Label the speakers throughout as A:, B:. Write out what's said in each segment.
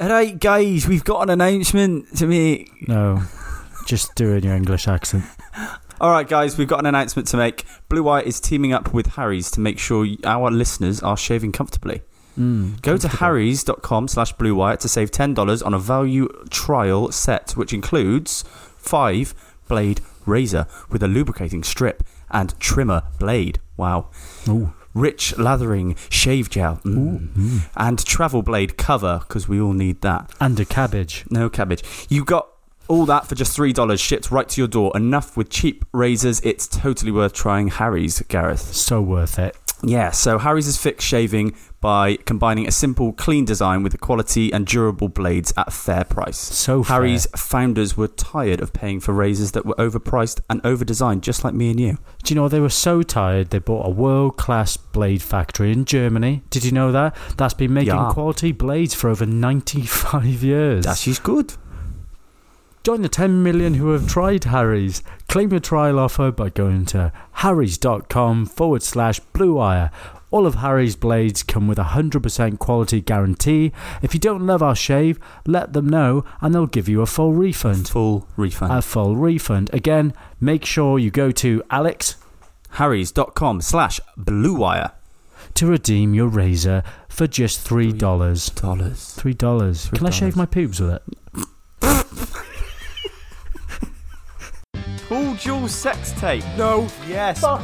A: All right, guys, we've got an announcement to make.
B: No, just do in your English accent.
A: All right, guys, we've got an announcement to make. Blue White is teaming up with Harry's to make sure our listeners are shaving comfortably.
B: Mm,
A: Hmm. Go to
B: comfortable.
A: harrys.com slash blue white to save $10 on a value trial set, which includes five blade razor with a lubricating strip and trimmer blade. Wow.
B: Ooh.
A: Rich lathering shave gel. Mm.
B: Mm.
A: And travel blade cover, because we all need that.
B: And a cabbage.
A: No cabbage. You got all that for just three dollars shipped right to your door. Enough with cheap razors. It's totally worth trying Harry's, Gareth.
B: So worth it.
A: Yeah, so Harry's is fixed shaving by combining a simple, clean design with the quality and durable blades at a fair price.
B: So fair.
A: Harry's founders were tired of paying for razors that were overpriced and overdesigned, just like me and you.
B: Do you know they were so tired they bought a world class blade factory in Germany? Did you know that? That's been making
A: Yeah.
B: quality blades for over 95 years.
A: That is good.
B: Join the 10 million who have tried Harry's. Claim your trial offer by going to harrys.com forward slash blue wire. All of Harry's blades come with a 100% quality guarantee. If you don't love our shave, let them know and they'll give you a full refund.
A: Full refund.
B: A full refund. Again, make sure you go to Alex
A: Harry's.com slash blue wire.
B: to redeem your razor for just $3. $3.
A: Dollars.
B: Can I shave
A: $3.
B: my pubes with it?
A: Paul Jewel sex tape.
B: No.
A: Yes, Paul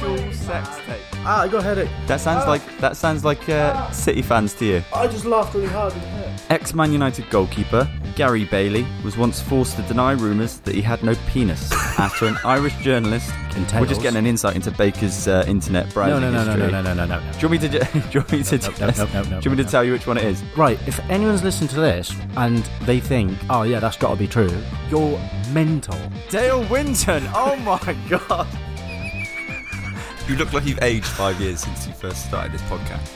A: Jewel sex tape.
C: Ah, I got a headache.
A: That sounds like that sounds like uh, City fans to you.
C: I just laughed really hard. It hurt.
A: Ex-Man United goalkeeper Gary Bailey was once forced to deny rumours that he had no penis after an Irish journalist. We're just getting an insight into Baker's uh, internet
B: No,
A: browsing
B: no, no, no,
A: history.
B: no, no, no, no, no.
A: Do you want me to? ju- do you want me to?
B: No, no, no, no, no, no,
A: do you want me
B: no.
A: to tell you which one it is?
B: Right, if anyone's listened to this and they think, oh yeah, that's got to be true, you're mental.
A: Dale Winton. Oh my god.
D: You look like you've aged five years since you first started this podcast.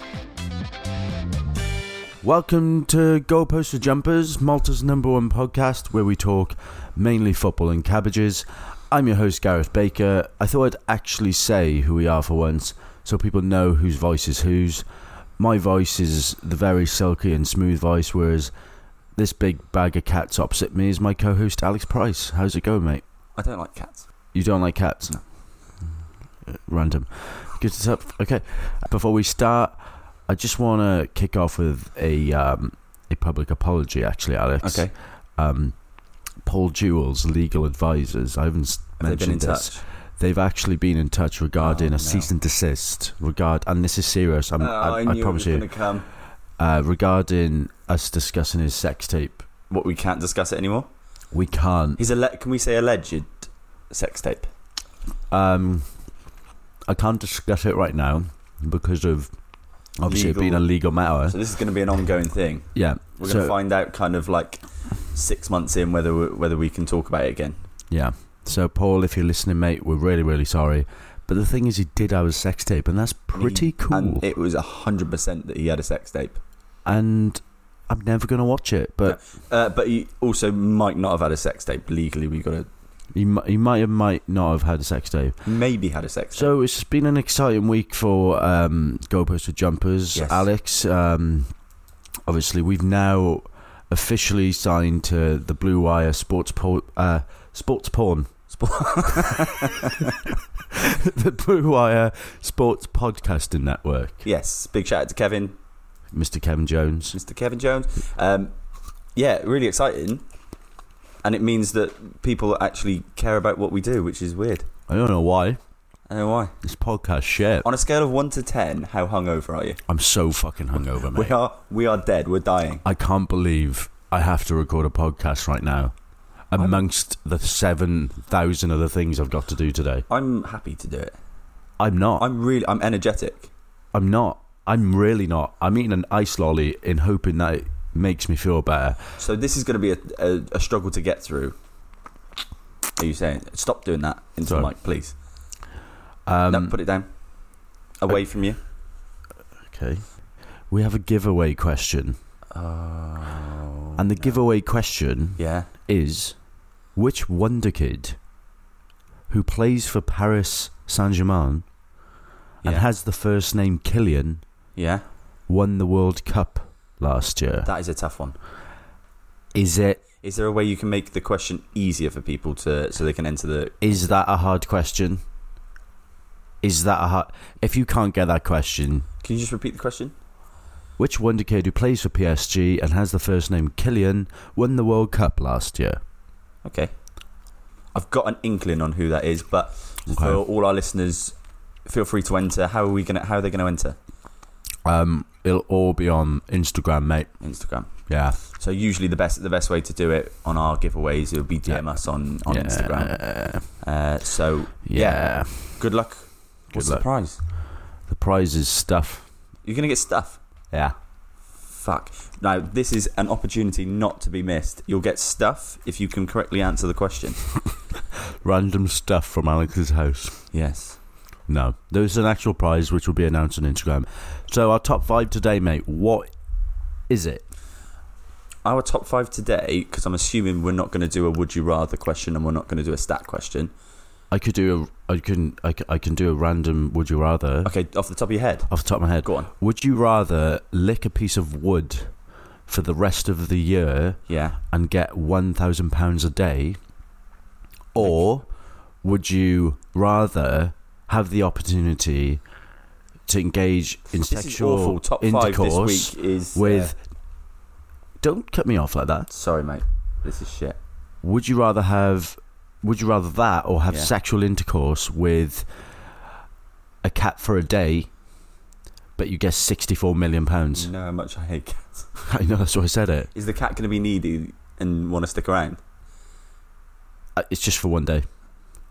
C: Welcome to Goalposts for Jumpers, Malta's number one podcast where we talk mainly football and cabbages. I'm your host, Gareth Baker. I thought I'd actually say who we are for once so people know whose voice is whose. My voice is the very silky and smooth voice, whereas this big bag of cats opposite me is my co host, Alex Price. How's it going, mate?
A: I don't like cats.
C: You don't like cats? No. Random. Good stuff. Okay. Before we start, I just want to kick off with a um, a public apology, actually, Alex.
A: Okay.
C: Um, Paul Jewell's legal advisors. I haven't s-
A: Have they
C: mentioned
A: been in
C: this.
A: touch?
C: They've actually been in touch regarding
A: Oh,
C: a
A: no.
C: cease and desist regard, and this is serious.
D: Um,
A: Oh,
C: I'm, I, I promise you.
A: to come.
C: Uh, regarding us discussing his sex tape,
A: What we can't discuss it anymore.
C: we can't.
A: He's a. Le- can we say alleged sex tape?
C: Um, I can't discuss it right now because of obviously it
A: Legal.
C: being a legal matter.
A: So this is going to be an ongoing thing.
C: Yeah,
A: We're going to
C: So-
A: find out kind of like six months in whether we- whether we can talk about it again.
C: yeah. So Paul, if you're listening, mate, we're really, really sorry. But the thing is, he did have a sex tape, and that's pretty cool.
A: And
C: And,
A: it was hundred percent that he had a sex tape,
C: I'm never gonna watch it, but
A: uh, but he also might not have had a sex tape legally. We got to
C: he mi- he might have might not have had a sex tape.
A: maybe had a sex tape.
C: So it's been an exciting week for um, goalposts with jumpers,
A: Yes.
C: Alex. Um, obviously, we've now officially signed to the Blue Wire Sports Por- uh, Sports Porn. the Blue Wire Sports Podcasting Network.
A: Yes, big shout out to Kevin,
C: Mr. Kevin Jones.
A: Mr. Kevin Jones. Um, yeah, really exciting, and it means that people actually care about what we do, which is weird.
C: I don't know why
A: I don't know why.
C: this podcast shit.
A: On a scale of one to ten, how hungover are you?
C: I'm so fucking hungover,
A: We
C: mate.
A: are we are dead. We're dying.
C: I can't believe I have to record a podcast right now. Amongst the seven thousand other things I've got to do today,
A: I'm happy to do it.
C: I'm not.
A: I'm really I'm energetic.
C: I'm not. I'm really not. I'm eating an ice lolly in hoping that it makes me feel better.
A: So this is going to be a, a, a struggle to get through. Are you saying stop doing that into
C: Sorry.
A: the mic, please?
C: Um,
A: no, put it down. Away from you.
C: okay. We have a giveaway question,
A: Oh.
C: and the giveaway question
A: yeah.
C: is: Which wonder kid who plays for Paris Saint Germain
A: Yeah.
C: and has the first name Killian
A: yeah.
C: won the World Cup last year.
A: That is a tough one.
C: Is it?
A: Is there a way you can make the question easier for people to so they can enter the?
C: Is that a hard question? Is that a hard? If you can't get that question,
A: Can you just repeat the question?
C: which wonder kid who plays for PSG and has the first name Killian won the World Cup last year?
A: Okay. I've got an inkling on who that is, but
C: Okay.
A: for all our listeners, feel free to enter. How are we gonna? How are they gonna enter?
C: Um, it'll all be on Instagram, mate.
A: Instagram.
C: Yeah,
A: So usually the best the best way to do it on our giveaways it would be DM us on on
C: yeah.
A: Instagram. Uh, so
C: Yeah,
A: good luck. What's
C: luck.
A: the prize?
C: the prize is stuff.
A: You're gonna get stuff.
C: Yeah,
A: Fuck. Now this is an opportunity not to be missed. You'll get stuff if you can correctly answer the question.
C: random stuff from Alex's house.
A: Yes.
C: No, there is an actual prize which will be announced on Instagram. So our top five today, mate. What is it?
A: Our top five today, because I'm assuming we're not going to do a would you rather question and we're not going to do a stat question.
C: I could do a. I can. I, c- I can do a random. Would you rather?
A: Okay, off the top of your head,
C: Off the top of my head,
A: go on.
C: would you rather lick a piece of wood for the rest of the year
A: Yeah.
C: and get one thousand pounds a day, or would you rather have the opportunity to engage in
A: This is
C: sexual
A: awful. Top five
C: intercourse
A: this week is uh,
C: with? don't cut me off like that.
A: sorry, mate. This is shit.
C: would you rather have would you rather that or have
A: Yeah.
C: sexual intercourse with a cat for a day but you get 64 million pounds
A: You know how much I hate cats.
C: i know that's why i said it
A: Is the cat going to be needy and want to stick around?
C: Uh, it's just for one day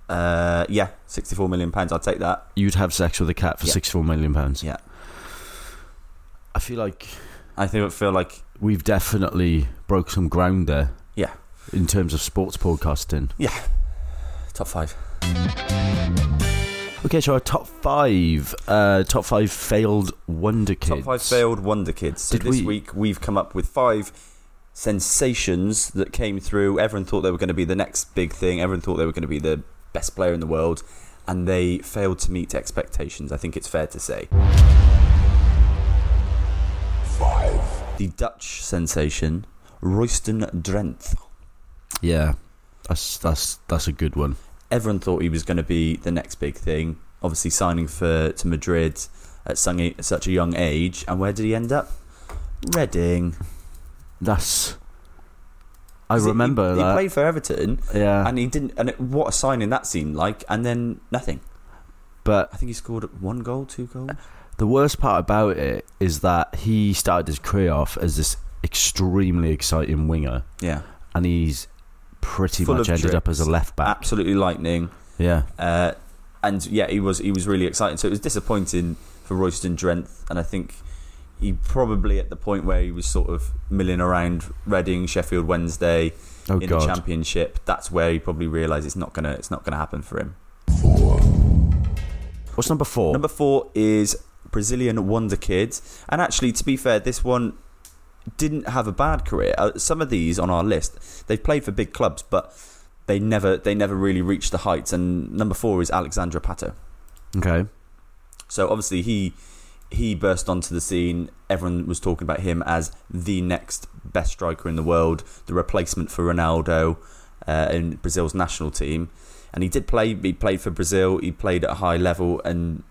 A: Uh, yeah, sixty-four million pounds. I'll take that.
C: you'd have sex with a cat for
A: Yeah.
C: 64 million pounds
A: Yeah.
C: i feel like
A: I think I feel like
C: we've definitely broke some ground there
A: Yeah.
C: in terms of sports podcasting
A: top five.
C: okay so our top five uh top five failed wonder kids
A: Top five failed Wonder Kids. So
C: Did
A: this
C: we-
A: week we've come up with five sensations that came through. Everyone thought they were going to be the next big thing. Everyone thought they were going to be the best player in the world, and they failed to meet expectations. I think it's fair to say. Five. The Dutch sensation Royston Drenthe.
C: yeah that's that's that's a good one
A: everyone thought he was going to be the next big thing. Obviously, signing for to Madrid at sung- such a young age, and where did he end up? Reading.
C: That's. I
A: 'Cause he-
C: remember
A: he, he,
C: that.
A: played for Everton,
C: yeah,
A: and he didn't. And it, what a signing that seemed like, and then nothing.
C: but
A: I think he scored one goal, two goals.
C: the worst part about it is that he started his career off as this extremely exciting winger,
A: Yeah,
C: and he's pretty
A: Full
C: much
A: of
C: ended up as a left back.
A: absolutely lightning.
C: yeah,
A: Uh, and yeah, he was he was really exciting. So it was disappointing for Royston Drenthe, and I think he probably at the point where he was sort of milling around Reading, Sheffield Wednesday
C: oh
A: in the
C: god,
A: championship. That's where he probably realised it's not gonna it's not gonna happen for him.
C: what's number four?
A: Number four is Brazilian wonder kid, and actually, to be fair, this one didn't have a bad career. Uh, some of these on our list, they've played for big clubs, but they never they never really reached the heights. And number four is Alexandra Pato.
C: okay,
A: So obviously he he burst onto the scene. Everyone was talking about him as the next best striker in the world, the replacement for Ronaldo uh, in Brazil's national team. And he did play. He played for Brazil. He played at a high level, and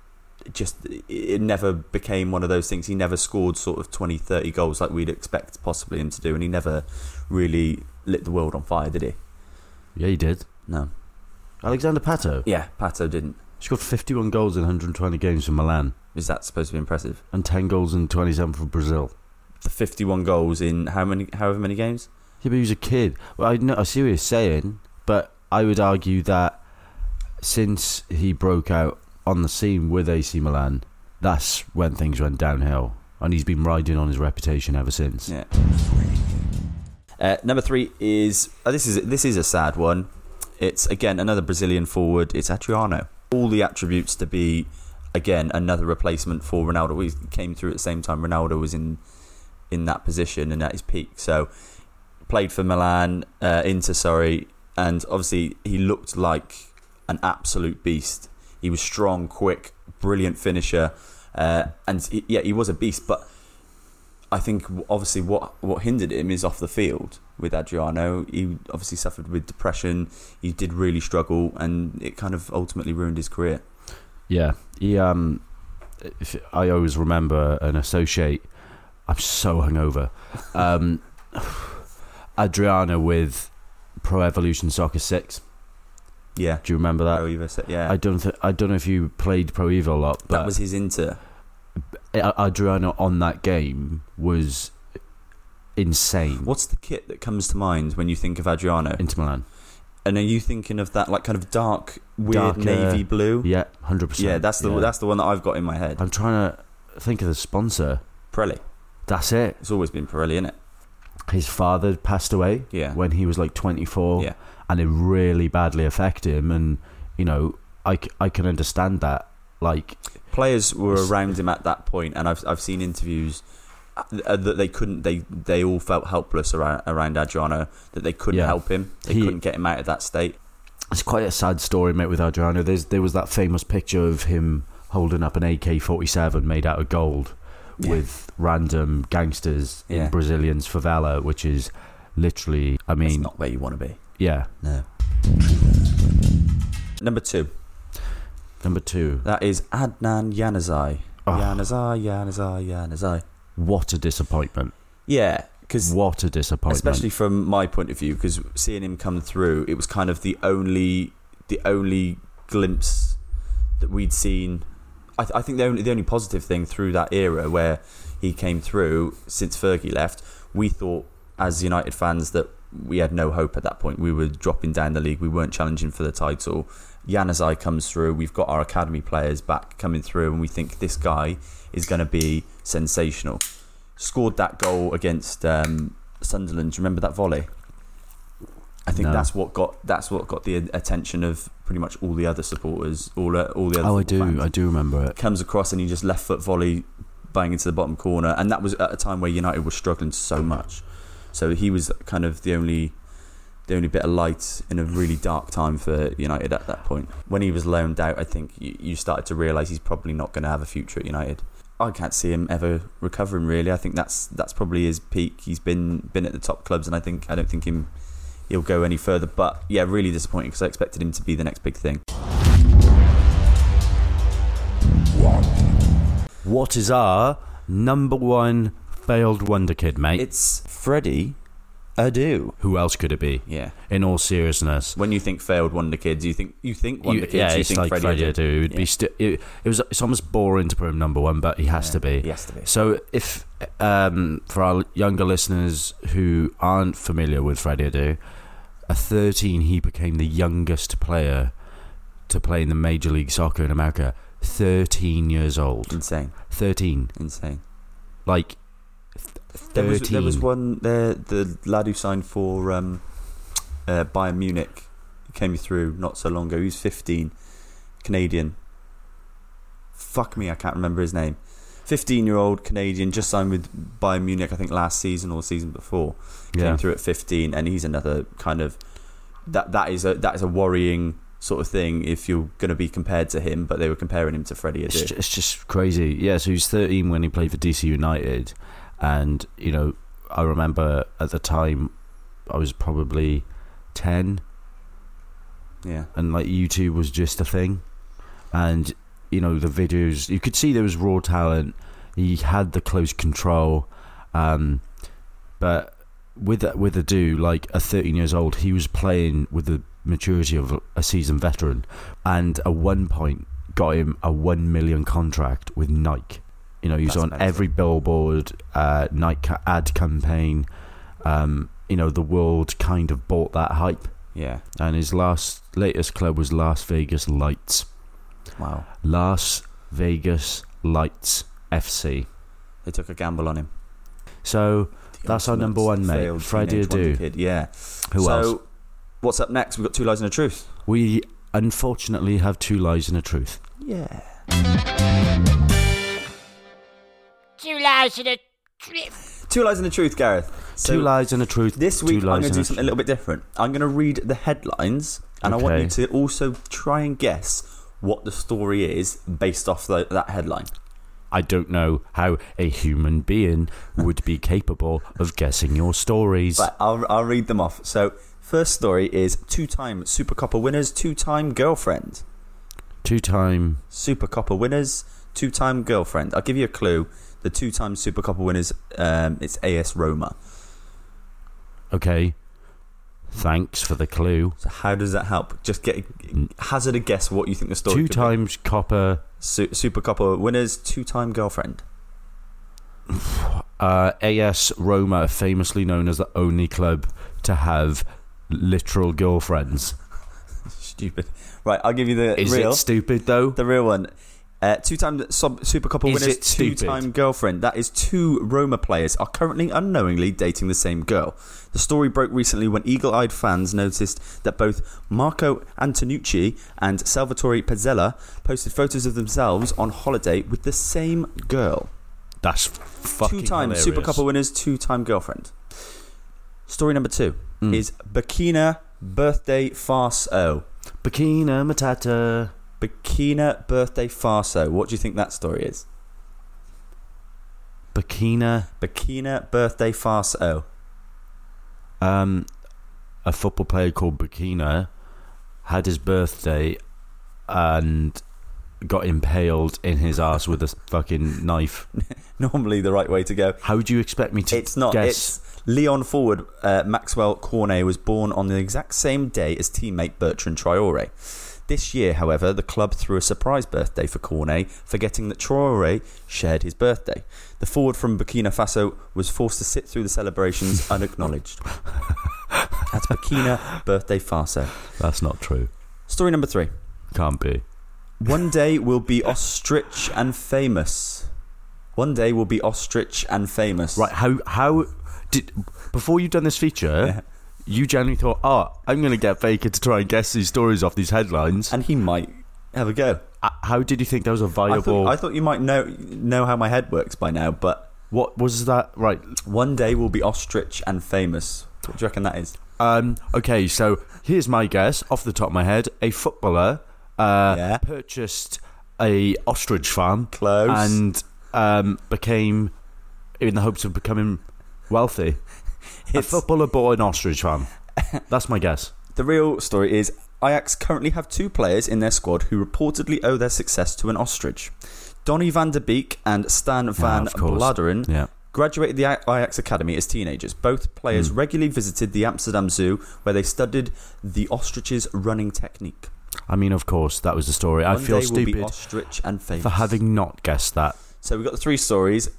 A: it just it never became one of those things. He never scored sort of 20, 30 goals like we'd expect possibly him to do, and he never really lit the world on fire, did he?
C: yeah, he did.
A: No.
C: Alexander Pato
A: Yeah, Pato didn't.
C: scored 51 goals in 120 games for Milan
A: Is that supposed to be impressive?
C: and 10 goals in 27 for Brazil.
A: The fifty-one goals in how many, however many games?
C: Yeah, but he was a kid. Well, I know I see what you're saying, but I would argue that since he broke out on the scene with AC Milan, that's when things went downhill, and he's been riding on his reputation ever since.
A: Yeah. Uh, number three is oh, this is this is a sad one. It's again another Brazilian forward. It's Adriano. All the attributes to be again another replacement for Ronaldo. He came through at the same time Ronaldo was in in that position and at his peak. So played for Milan, uh, Inter, sorry, and obviously he looked like an absolute beast. He was strong, quick, brilliant finisher, uh, and he, yeah, he was a beast. But I think w- obviously what what hindered him is off the field with Adriano. He obviously suffered with depression. He did really struggle, and it kind of ultimately ruined his career.
C: Yeah, he. Um, if, I always remember and associate. I'm so hungover. Um, Adriana with Pro Evolution Soccer Six.
A: Yeah,
C: Do you remember that?
A: Pro Evo set- Oh, yeah,
C: I don't. Th- I don't know if you played Pro Evo a lot, but
A: that was his Inter.
C: A- Adriana on that game was insane.
A: What's the kit that comes to mind when you think of Adriano?
C: Inter Milan?
A: And are you thinking of that like kind of dark, weird
C: Dark, uh,
A: navy blue?
C: Yeah, hundred percent.
A: Yeah, that's the that's the one that I've got in my head.
C: I'm trying to think of the sponsor.
A: Pirelli.
C: That's it.
A: It's always been Pirelli, is it?
C: His father passed away
A: Yeah.
C: when he was like 24
A: Yeah.
C: and it really badly affected him and you know I, c- I can understand that like
A: players were around him at that point, and I've I've seen interviews uh, that they couldn't. They they all felt helpless around around Adriano that they couldn't
C: Yeah.
A: help him. They
C: He-
A: couldn't get him out of that state.
C: it's quite a sad story mate with Adriano There's, there was that famous picture of him holding up an AK-47 made out of gold with random gangsters
A: Yeah.
C: in Brazilian's favela which is literally I
A: That's
C: mean
A: not where you want to be.
C: yeah
A: No. Number two,
C: number two
A: that is Adnan Yanazai.
C: Oh.
A: Yanazai, Yanazai, Yanazai.
C: what a disappointment
A: Yeah, because
C: what a disappointment
A: especially from my point of view, because seeing him come through, it was kind of the only the only glimpse that we'd seen. I, th- I think the only the only positive thing through that era where he came through since Fergie left, we thought as United fans that we had no hope at that point. We were dropping down the league. We weren't challenging for the title. Yanazai comes through. We've got our academy players back coming through, and we think this guy is going to be sensational. Scored that goal against um, Sunderland. Do you remember that volley? I think
C: No.
A: that's what got that's what got the attention of pretty much all the other supporters, all uh, all the other.
C: oh I do
A: football fans.
C: I do remember it
A: Comes across and he just left foot volley, bang into the bottom corner, and that was at a time where United were struggling so much. So he was kind of the only, the only bit of light in a really dark time for United at that point. When he was loaned out, I think you, you started to realise he's probably not going to have a future at United. I can't see him ever recovering. Really, I think that's that's probably his peak. He's been been at the top clubs, and I think I don't think him he'll go any further. But yeah, really disappointing because I expected him to be the next big thing.
C: What is our number one failed wonder kid, mate?
A: It's Freddie Adu.
C: Who else could it be?
A: Yeah.
C: In all seriousness,
A: When you think failed Wonder Kids, you think you think Wonder
C: You-
A: Kids,
C: yeah,
A: you
C: it's
A: think
C: like
A: Freddie
C: Freddie
A: Adu.
C: Adu. It'd
A: Yeah.
C: be sti- it, it was. It's almost boring to put him number one, but he has to be.
A: He has to be.
C: So, if um, for our younger listeners who aren't familiar with Freddie Adu, at 13 he became the youngest player to play in the Major League Soccer in America. 13 years old.
A: Insane,
C: 13.
A: insane.
C: Like.
A: There was,
C: 13.
A: there was one there. The lad who signed for um, uh, Bayern Munich he came through not so long ago. He's fifteen, Canadian. Fuck me, I can't remember his name. Fifteen-year-old Canadian just signed with Bayern Munich. I think last season or season before. came
C: yeah.
A: through at 15 and he's another kind of that that is a that is a worrying sort of thing if you're going to be compared to him but they were comparing him to Freddie
C: It's
A: Adu
C: just, it's just crazy. Yeah, so he was 13 when he played for DC United. And, you know, I remember at the time I was probably 10
A: yeah
C: and like YouTube was just a thing. And, you know, the videos, you could see there was raw talent. He had the close control. Um, but with that, with a do, like at 13 years old, he was playing with the maturity of a seasoned veteran. And at one point, got him a 1 million contract with Nike. You know, he was
A: That's
C: on
A: amazing.
C: every billboard, uh, Nike ca- ad campaign. Um, you know, the world kind of bought that hype
A: yeah
C: and his last latest club was Las Vegas Lights.
A: wow
C: Las Vegas Lights FC.
A: they took a gamble on him
C: So
A: The
C: That's our
A: ultimate
C: number one, mate.
A: failed
C: Freddie
A: teenage wonder
C: Adu.
A: kid. yeah
C: who
A: so
C: else?
A: what's up next we've got two lies and a truth
C: We unfortunately have two lies and a truth.
A: yeah
E: Two lies and a trip.
A: two lies and a truth Gareth so
C: two lies and a truth.
A: this
C: two
A: week I'm going
C: lies
A: to
C: and
A: do
C: a
A: something a little bit different I'm going to read the headlines and I want
C: Okay.
A: you to also try and guess what the story is based off the, that headline
C: truth. I don't know how a human being would be capable of guessing your stories.
A: Right, I'll, I'll read them off. So, first story is two time Super Copper winners, two time girlfriend.
C: Two time.
A: Super Copper winners, two time girlfriend. I'll give you a clue. The two time Super Copper winners, um, it's AS Roma.
C: Okay. Thanks for the clue.
A: So, how does that help? Just get hazard a guess what you think the story
C: Two
A: could be.
C: times copper.
A: Su- Super Copper winners, two time girlfriend.
C: Uh, AS Roma, famously known as the only club to have literal girlfriends.
A: Stupid. Right, I'll give you the
C: Is
A: real.
C: it stupid though?
A: the real one. Uh, two-time sub- Super Coppa
C: Is
A: winners,
C: it stupid?
A: two-time girlfriend. That is two Roma players are currently unknowingly dating the same girl. The story broke recently when eagle-eyed fans noticed that both Marco Antonucci and Salvatore Pezzella posted photos of themselves on holiday with the same girl.
C: That's fucking
A: two-time
C: hilarious.
A: Super Coppa winners, two-time girlfriend. Story number two
C: Hmm.
F: Mm.
A: is Burkina birthday farce. Oh,
F: Bikina Matata.
A: Burkina birthday farso. What do you think that story is?
C: Burkina,
A: Burkina birthday farce. Oh,
C: um, a football player called Burkina, had his birthday and got impaled in his ass with a fucking knife.
A: normally the right way to go.
C: How do you expect me to
A: It's not.
C: guess?
A: It's Leon forward uh, Maxwell Cornet was born on the exact same day as teammate Bertrand Traore. This year, however, the club threw a surprise birthday for Cornet, forgetting that Traore shared his birthday. The forward from Burkina Faso was forced to sit through the celebrations unacknowledged. That's Burkina birthday farso.
C: That's not true.
A: Story number three.
C: Can't be.
A: One day we'll be ostrich and famous. One day we'll be ostrich and famous.
C: Right? uh, How? How did before you done this feature?
A: Yeah.
C: You genuinely thought, oh, I'm going to get Faker to try and guess these stories off these headlines.
A: And he might have a go.
C: Uh, How did you think that was a
A: I
C: viable?
A: thought, I thought you might know know how my head works by now, but
C: What was that? Right.
A: one day we'll be ostrich and famous. What do you reckon that is?
C: Um, okay, so here's my guess off the top of my head: a footballer uh,
A: Yeah.
C: purchased a ostrich farm
A: Close.
C: and um, became, in the hopes of becoming wealthy, a
A: It's-
C: footballer bought an ostrich farm. That's my guess.
A: the real story is Ajax currently have two players in their squad who reportedly owe their success to an ostrich. Donny van der Beek and Stan van
C: of course.
A: Bladeren
C: Yeah.
A: graduated the A- Ajax Academy as teenagers. Both players
C: Hmm.
A: regularly visited the Amsterdam Zoo where they studied the ostrich's running technique.
C: I mean, of course, that was the story. I
A: One
C: feel
A: day we'll be
C: stupid
A: ostrich and famous.
C: for having not guessed that.
A: So we've got the three stories.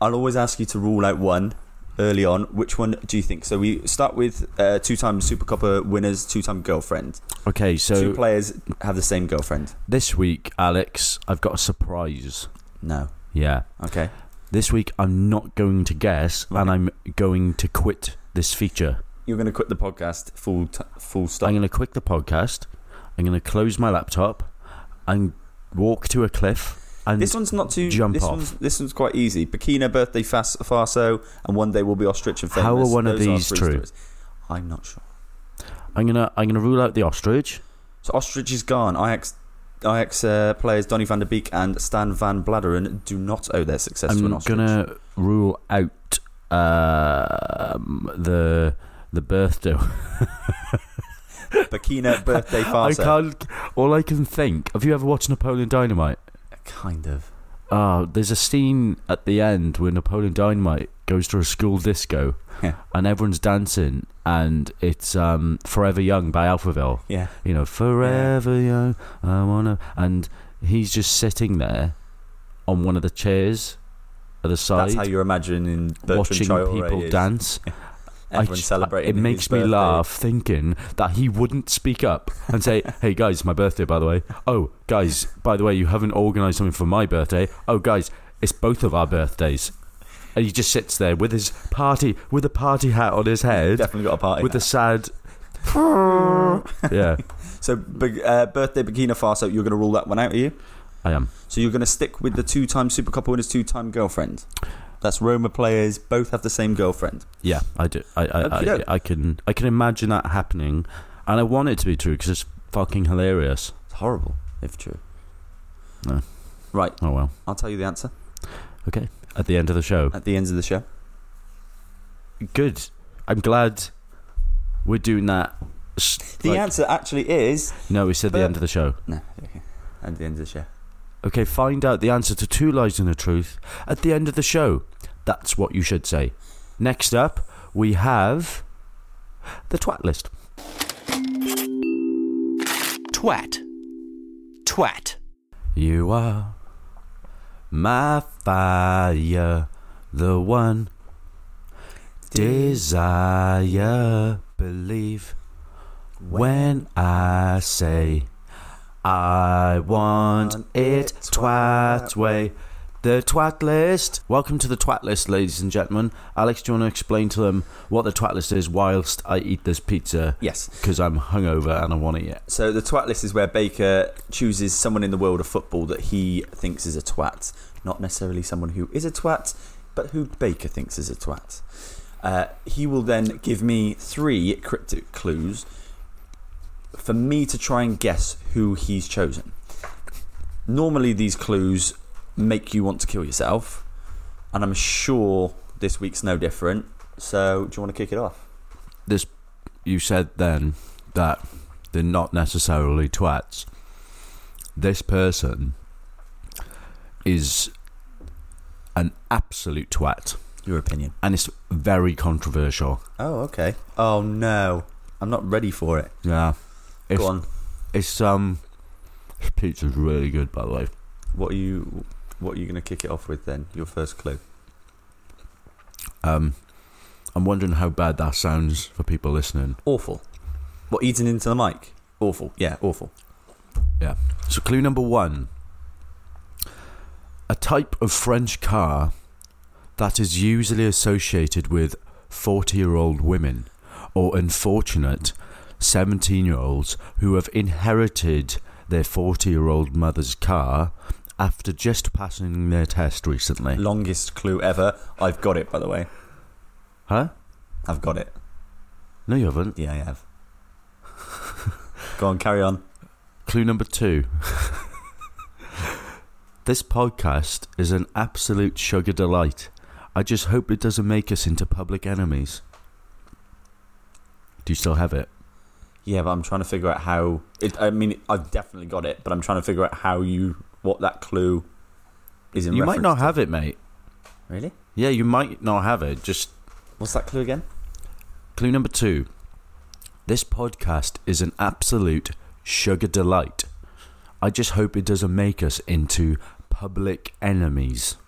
A: I'll always ask you to rule out one early on. Which one do you think? So we start with uh, two-time Super Copper winners, two-time girlfriend.
C: Okay,
A: Two
C: so
A: players have the same girlfriend.
C: this week, Alex, I've got a surprise.
A: No.
C: Yeah.
A: Okay.
C: This week, I'm not going to guess, and I'm going to quit this feature.
A: You're going to quit the podcast full t- full
C: I'm
A: stop.
C: going to quit the podcast. I'm going to close my laptop and walk to a cliff. And
A: This one's not too.
C: Jump
A: this
C: off.
A: One's, this one's quite easy. Bikina birthday fas- farso, and one day we'll be ostrich and famous.
C: How are one of
A: Those
C: these
A: three
C: true?
A: stories. I'm not sure.
C: I'm gonna I'm gonna rule out the ostrich.
A: So ostrich is gone. Ajax. Ajax uh, players Donny van der Beek and Stan van Bladeren do not owe their success to an
C: I'm
A: ostrich.
C: gonna rule out um, the the birthday.
A: Burkina birthday
C: I
A: farce.
C: can't. All I can think. Have you ever watched Napoleon Dynamite?
A: Kind of.
C: Oh, there's a scene at the end where Napoleon Dynamite goes to a school disco
A: Yeah.
C: and everyone's dancing and it's um, Forever Young by Alphaville.
A: Yeah.
C: You know, Forever Young, I wanna and he's just sitting there on one of the chairs at the
A: That's
C: side
A: how you're imagining Bertrand
C: watching
A: Traoré
C: people
A: is.
C: dance. I
A: Everyone
C: just-
A: celebrating.
C: It
A: his
C: makes me
A: birthday.
C: laugh thinking that he wouldn't speak up and say, "Hey guys, it's my birthday by the way. Oh, guys, by the way, you haven't organised something for my birthday. Oh, guys, it's both of our birthdays." And he just sits there with his party with a party hat on his head
A: Definitely got a party.
C: with a
A: now.
C: sad Yeah,
A: so big, uh, birthday Burkina Faso. You're going to rule that one out, are you?
C: I am.
A: So you're going to stick with the two-time Super Cup winners, two-time girlfriend. That's Roma players. Both have the same girlfriend.
C: Yeah, I do. I I, I,
A: Okey-doke.
C: I can I can imagine that happening and I want it to be true because it's fucking hilarious.
A: It's horrible if true.
C: No.
A: Right,
C: Oh well.
A: I'll tell you the answer
C: At the end of the show.
A: at the end of the show.
C: Good. I'm glad we're doing that. S-
A: The
C: like-
A: answer actually is
C: No, we said the
A: But-
C: end of the show.
A: no. Okay, at the end of the show.
C: Okay, find out the answer to two lies and a truth at the end of the show. That's what you should say. Next up, we have the twat list.
G: Twat. Twat.
C: You are my fire, the one desire, believe. When I say I want it twat way, the twat list. Welcome to the twat list, ladies and gentlemen. Alex, do you want to explain to them what the twat list is whilst I eat this pizza?
A: Yes.
C: Because I'm hungover and I want to eat it.
A: So the twat list is where Baker chooses someone in the world of football that he thinks is a twat, not necessarily someone who is a twat, but who Baker thinks is a twat. Uh, he will then give me three cryptic clues for me to try and guess who he's chosen. Normally, these clues make you want to kill yourself, and I'm sure this week's no different. So, do you want to kick it off?
C: you said then that they're not necessarily twats. This person is an absolute twat,
A: Your opinion.
C: and it's very controversial.
A: Oh, okay. Oh no, I'm not ready for it.
C: Yeah, If-
A: Go on.
C: it's um, this pizza's really good, by the way.
A: What are you? What are you going to kick it off with then? Your first clue.
C: Um, I'm wondering how bad that sounds for people listening.
A: Awful. What eating into the mic? Awful. Yeah, awful.
C: So, clue number one: a type of French car that is usually associated with forty-year-old women or unfortunate seventeen-year-olds who have inherited their forty-year-old mother's car after just passing their test
A: Eh.
C: recently.
A: Longest clue ever. I've got it. By the way,
C: Huh?
A: I've got it.
C: No, you haven't.
A: Yeah, I have. Go on, carry on.
C: Clue number two. this podcast is an absolute sugar delight. I just hope it doesn't make us into public enemies. Do you still have it?
A: Yeah, but I'm trying to figure out how. It, I mean, I've definitely got it, but I'm trying to figure out how you what that clue is in.
C: you might not
A: reference
C: have it, mate.
A: to. really.
C: Yeah, you might not have it. Just
A: What's that clue again?
C: clue number two. This podcast is an absolute sugar delight. I just hope it doesn't make us into public enemies.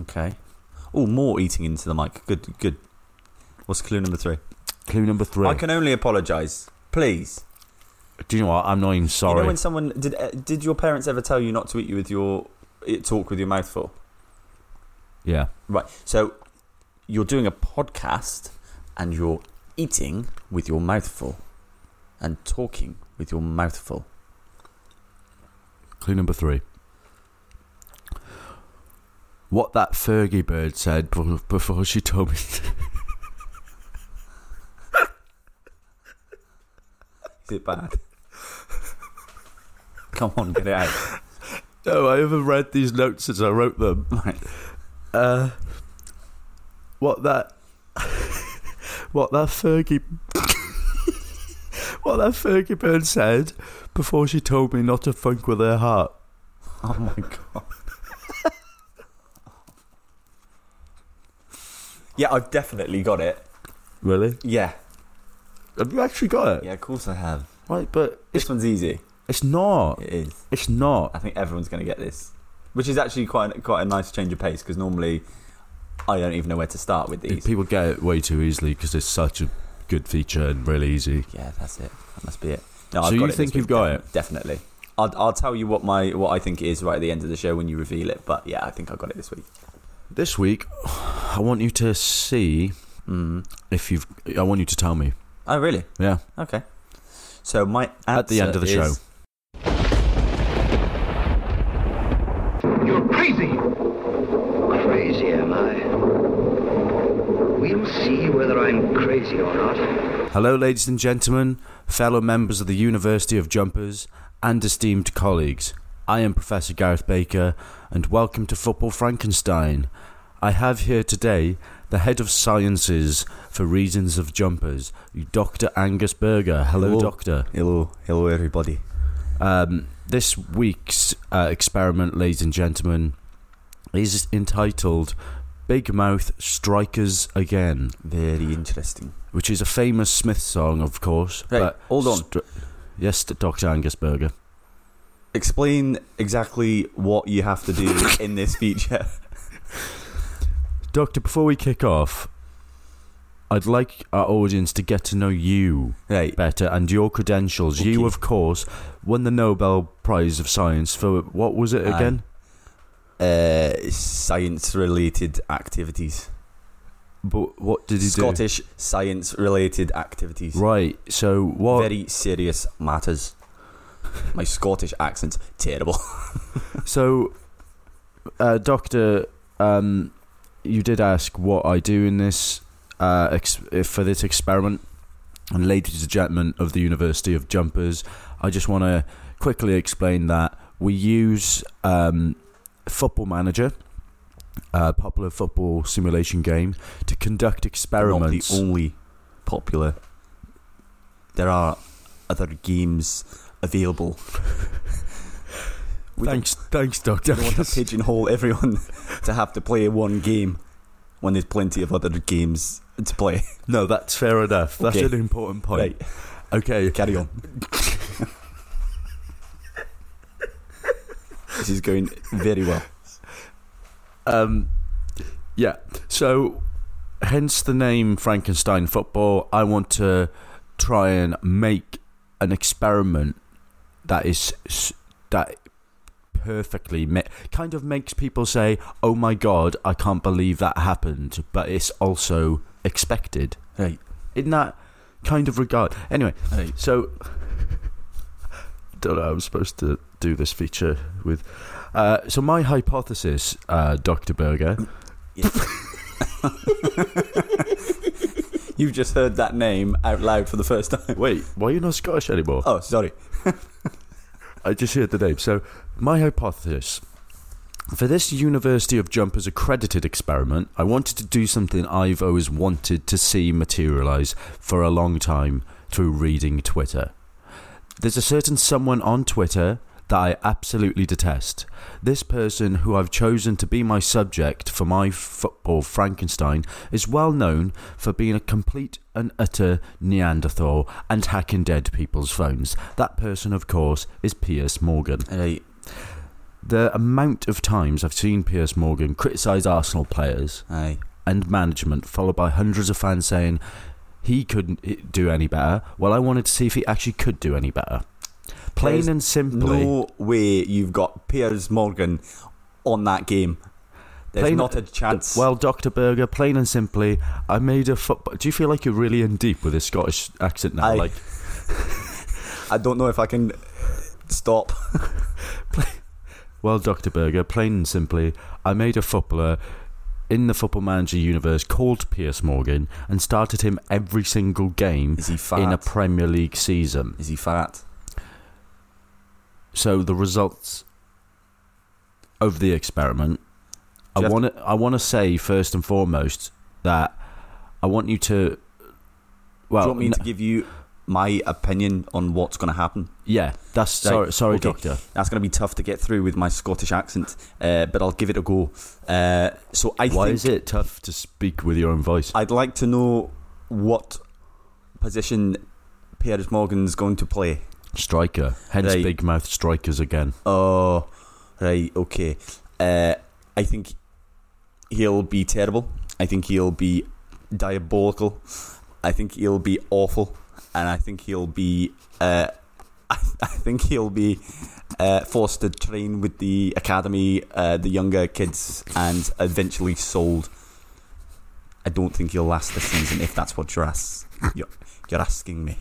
A: Okay. Oh, more eating into the mic. Good, good. What's clue number three?
C: Clue number three.
A: I can only apologise. Please.
C: Do you know what? I'm not even sorry.
A: You know when someone did uh, did your parents ever tell you not to eat you with your eh, talk with your mouth full?
C: yeah.
A: Right. So you're doing a podcast and you're eating with your mouth full and talking with your mouth full.
C: Clue number three. What that Fergie bird said b- before she told me.
A: Is it bad? Come on, get it out.
C: No, I haven't read these notes since I wrote them.
A: Right.
C: Uh, what that. what that Fergie. what that Fergie bird said before she told me not to funk with her heart.
A: Oh my god. yeah, I've definitely got it.
C: Really?
A: Yeah.
C: Have you actually got it?
A: Yeah, of course I have.
C: Right, but it's,
A: This one's easy.
C: it's not.
A: It is.
C: It's not.
A: I think everyone's going to get this, which is actually quite quite a nice change of pace because normally I don't even know where to start with these.
C: People get it way too easily because it's such a good feature and really easy.
A: Yeah, that's it. That must be it. No,
C: So
A: I've
C: you
A: got it this
C: think
A: week,
C: you've got
A: defi- Definitely. I'll, I'll tell you what my what I think it is right at the end of the show when you reveal it. But yeah, I think I got it this week.
C: This week, I want you to see hmm,
A: Mm.
C: if you've. I want you to tell me.
A: Oh, really?
C: Yeah.
A: Okay. So my
C: At the end
A: answer
C: of the
A: is-
H: You're crazy.
I: Crazy, am I? We'll see whether I'm crazy or not.
C: Hello, ladies and gentlemen, fellow members of the University of Jumpers, and esteemed colleagues. I am Professor Gareth Baker, and welcome to Football Frankenstein. I have here today the head of sciences for reasons of jumpers, Dr. Angus Berger. Hello,
A: Hello.
C: Doctor.
A: Hello, hello everybody.
C: Um, this week's uh, experiment, ladies and gentlemen, is entitled Big Mouth Strikers Again,
A: Very interesting.
C: which is a famous Smith song, of course.
A: Right,
C: but
A: hold on.
C: stri- yes, Dr. Angus Berger.
A: Explain exactly what you have to do in this feature.
C: Doctor, before we kick off, I'd like our audience to get to know you
A: Right.
C: better and your credentials. You,
A: Okay.
C: of course, won the Nobel Prize of Science for what was it
A: Aye.
C: again?
A: Uh, science related activities.
C: But what did he
A: Scottish science related activities.
C: do? Right. So what?
A: Very serious matters. My Scottish accent's terrible.
C: So, uh, Doctor, um, you did ask what I do in this uh, ex- uh, for this experiment, and ladies and gentlemen of the University of Jumpers, I just want to quickly explain that we use um, Football Manager. A popular football simulation game to conduct experiments.
A: Not the only popular. There are other games available. We
C: thanks, thanks, Doctor.
A: don't want to pigeonhole everyone to have to play one game when there's plenty of other games to play.
C: No, that's fair enough. That's
A: Okay.
C: an important point.
A: Right,
C: Okay,
A: carry on. this is going very well.
C: Um, yeah. So, hence the name Frankenstein Football. I want to try and make an experiment that is s- that perfectly ma- kind of makes people say, "Oh my god, I can't believe that happened," but it's also expected.
A: Right.
C: In that kind of regard. Anyway,
A: Right.
C: so don't know. I'm supposed to do this feature with. Uh, so my hypothesis, uh, Doctor Berger.
A: You've just heard that name out loud for the first time.
C: Wait, why are you not Scottish anymore?
A: Oh, sorry.
C: I just heard the name. So, my hypothesis for this University of Jumpers accredited experiment, I wanted to do something I've always wanted to see materialize for a long time through reading Twitter. There's a certain someone on Twitter that I absolutely detest. This person, who I've chosen to be my subject for my football Frankenstein, is well known for being a complete and utter Neanderthal and hacking dead people's phones. That person, of course, is Piers Morgan.
A: Right.
C: The amount of times I've seen Piers Morgan criticise Arsenal players
A: Aye.
C: and management, followed by hundreds of fans saying he couldn't i- do any better. Well, I wanted to see if he actually could do any better. Plain
A: There's
C: and simply.
A: No way you've got Piers Morgan on that game. There's
C: Plain-
A: not a chance.
C: Well, Dr. Berger, plain and simply, I made a football. Do you feel like you're really in deep with this Scottish accent now?
A: Aye.
C: Like,
A: I don't know if I can uh, stop.
C: Well, Dr. Berger, plain and simply, I made a footballer in the football manager universe called Pierce Morgan and started him every single game
A: Is he fat?
C: in a Premier League season.
A: Is he fat?
C: So the results of the experiment,
A: Do you
C: I
A: have
C: want to I want to say first and foremost that I want you to well,
A: Do you want me
C: n-
A: to give you my opinion on what's going to happen?
C: yeah, that's sorry,
A: Right,
C: sorry,
A: okay.
C: doctor.
A: That's going to be tough to get through with my Scottish accent, uh, but I'll give it a go. Uh, so I
C: Why
A: think
C: is it tough to speak with your own voice?
A: I'd like to know what position Piers Morgan's going to play.
C: Striker, hence
A: Right.
C: big mouth strikers again.
A: Oh, right, okay. Uh, I think he'll be terrible. I think he'll be diabolical. I think he'll be awful, and I think he'll be. Uh, I, I think he'll be uh, forced to train with the academy, uh, the younger kids, and eventually sold. I don't think he'll last the season if that's what you're, as- you're, you're asking me.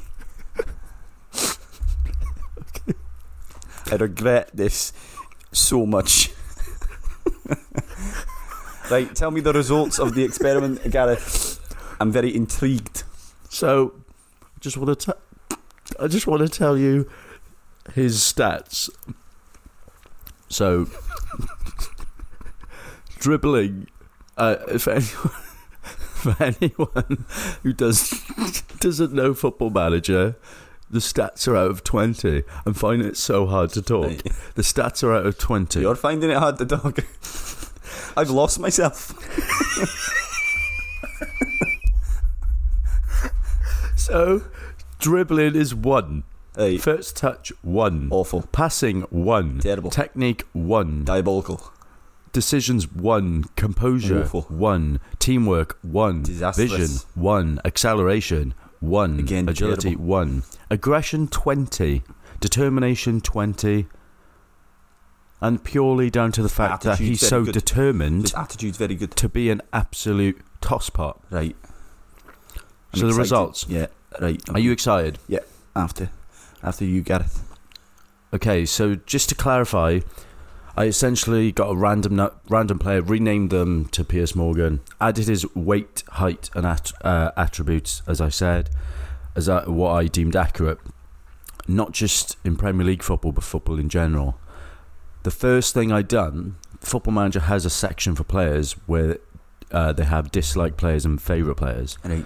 A: I regret this so much. right, tell me the results of the experiment, Gareth. I'm very intrigued.
C: So, just want to, t- I just want to tell you, his stats. So, dribbling. Uh, if anyone, for anyone who does doesn't know Football Manager, the stats are out of twenty. I'm finding it so hard to talk. The stats are out of twenty.
A: You're finding it hard to talk. I've lost myself.
C: So, dribbling is one.
A: Hey,
C: First touch one.
A: awful.
C: Passing one.
A: Terrible.
C: Technique one.
A: Diabolical.
C: Decisions one, composure
A: Awful.
C: one, teamwork one,
A: Disastrous.
C: vision one, acceleration one,
A: Again,
C: agility
A: terrible.
C: one, aggression twenty, determination twenty, and purely down to the fact that
A: Attitude
C: he's
A: very
C: so
A: good.
C: determined
A: His attitude's very good.
C: to be an absolute tosspot.
A: Right. I'm
C: So the
A: excited.
C: results.
A: Yeah, right.
C: Are you excited?
A: after after you, Gareth?
C: Okay, so just to clarify, I essentially got a random nu- random player, renamed them to Pierce Morgan, added his weight, height, and at- uh, attributes, as I said, as I, what I deemed accurate, not just in Premier League football, but football in general. The first thing I done, Football Manager has a section for players where uh, they have disliked players and favourite players.
A: Right.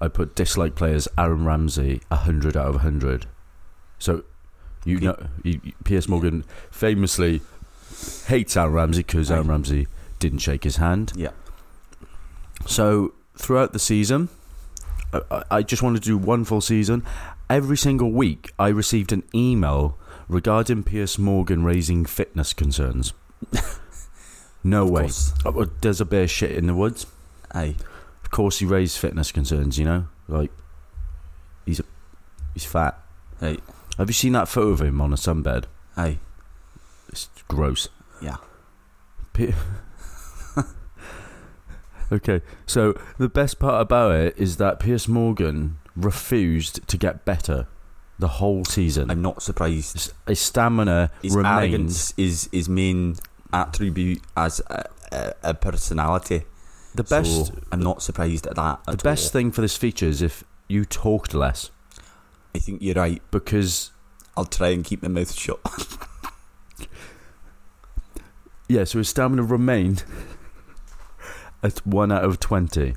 C: I put disliked players Aaron Ramsey, 100 out of 100. So, you
A: Okay.
C: know, you, you- Piers Morgan famously hates Aaron Ramsey because Aaron
A: Aye.
C: Ramsey didn't shake his hand.
A: Yeah.
C: So, throughout the season, I- I, I just wanted to do one full season. Every single week, I received an email regarding Piers Morgan raising fitness concerns. no
A: Of
C: way.
A: course.
C: Uh, There's a bear shit in the woods
A: Aye.
C: of course he raised fitness concerns, you know? Like he's a, he's fat.
A: Right.
C: Have you seen that photo of him on a sunbed?
A: Aye.
C: It's gross.
A: Yeah.
C: Pe- okay. So the best part about it is that Pierce Morgan refused to get better the whole season.
A: I'm not surprised.
C: His- His stamina
A: His
C: remains
A: arrogance is his main attribute as a, a, a personality.
C: the best
A: So I'm not surprised at that.
C: the
A: at
C: best
A: all.
C: thing for this feature is if you talked less
A: I think you're right.
C: because
A: I'll try and keep my mouth shut.
C: Yeah, so his stamina remained at one out of 20.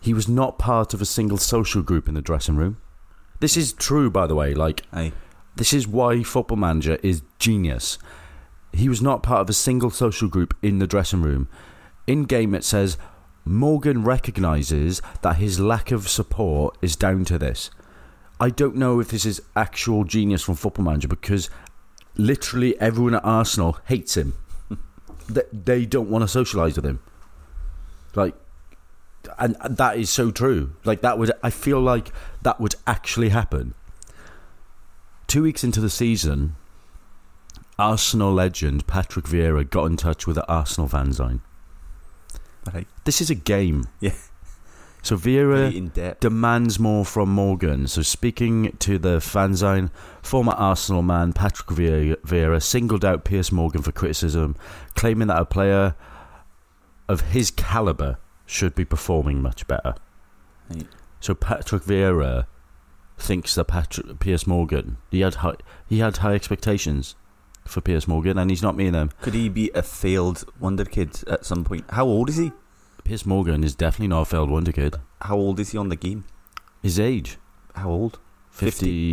C: He was not part of a single social group in the dressing room. This is true, by the way. Like,
A: Aye.
C: this is why Football Manager is genius. He was not part of a single social group in the dressing room. In game, it says Morgan recognises that his lack of support is down to this. I don't know if this is actual genius from Football Manager because literally everyone at Arsenal hates him. they, they don't want to socialise with him. Like, and that is so true. Like, that would, I feel like that would actually happen two weeks into the season, Arsenal legend Patrick Vieira got in touch with an Arsenal fanzine.
A: Right.
C: This is a game.
A: Yeah.
C: So Vieira
A: Very in depth.
C: demands more from Morgan. So speaking to the fanzine, former Arsenal man Patrick Vie- Vieira singled out Pierce Morgan for criticism, claiming that a player of his caliber should be performing much better.
A: Right.
C: So Patrick Vieira thinks that Patrick Pierce Morgan he had high, he had high expectations for Pierce Morgan, and he's not meeting them.
A: Could he be a failed wonder kid at some point? How old is he?
C: Pierce Morgan is definitely not a failed wonder kid.
A: How old is he on the game?
C: His age,
A: How old? 50.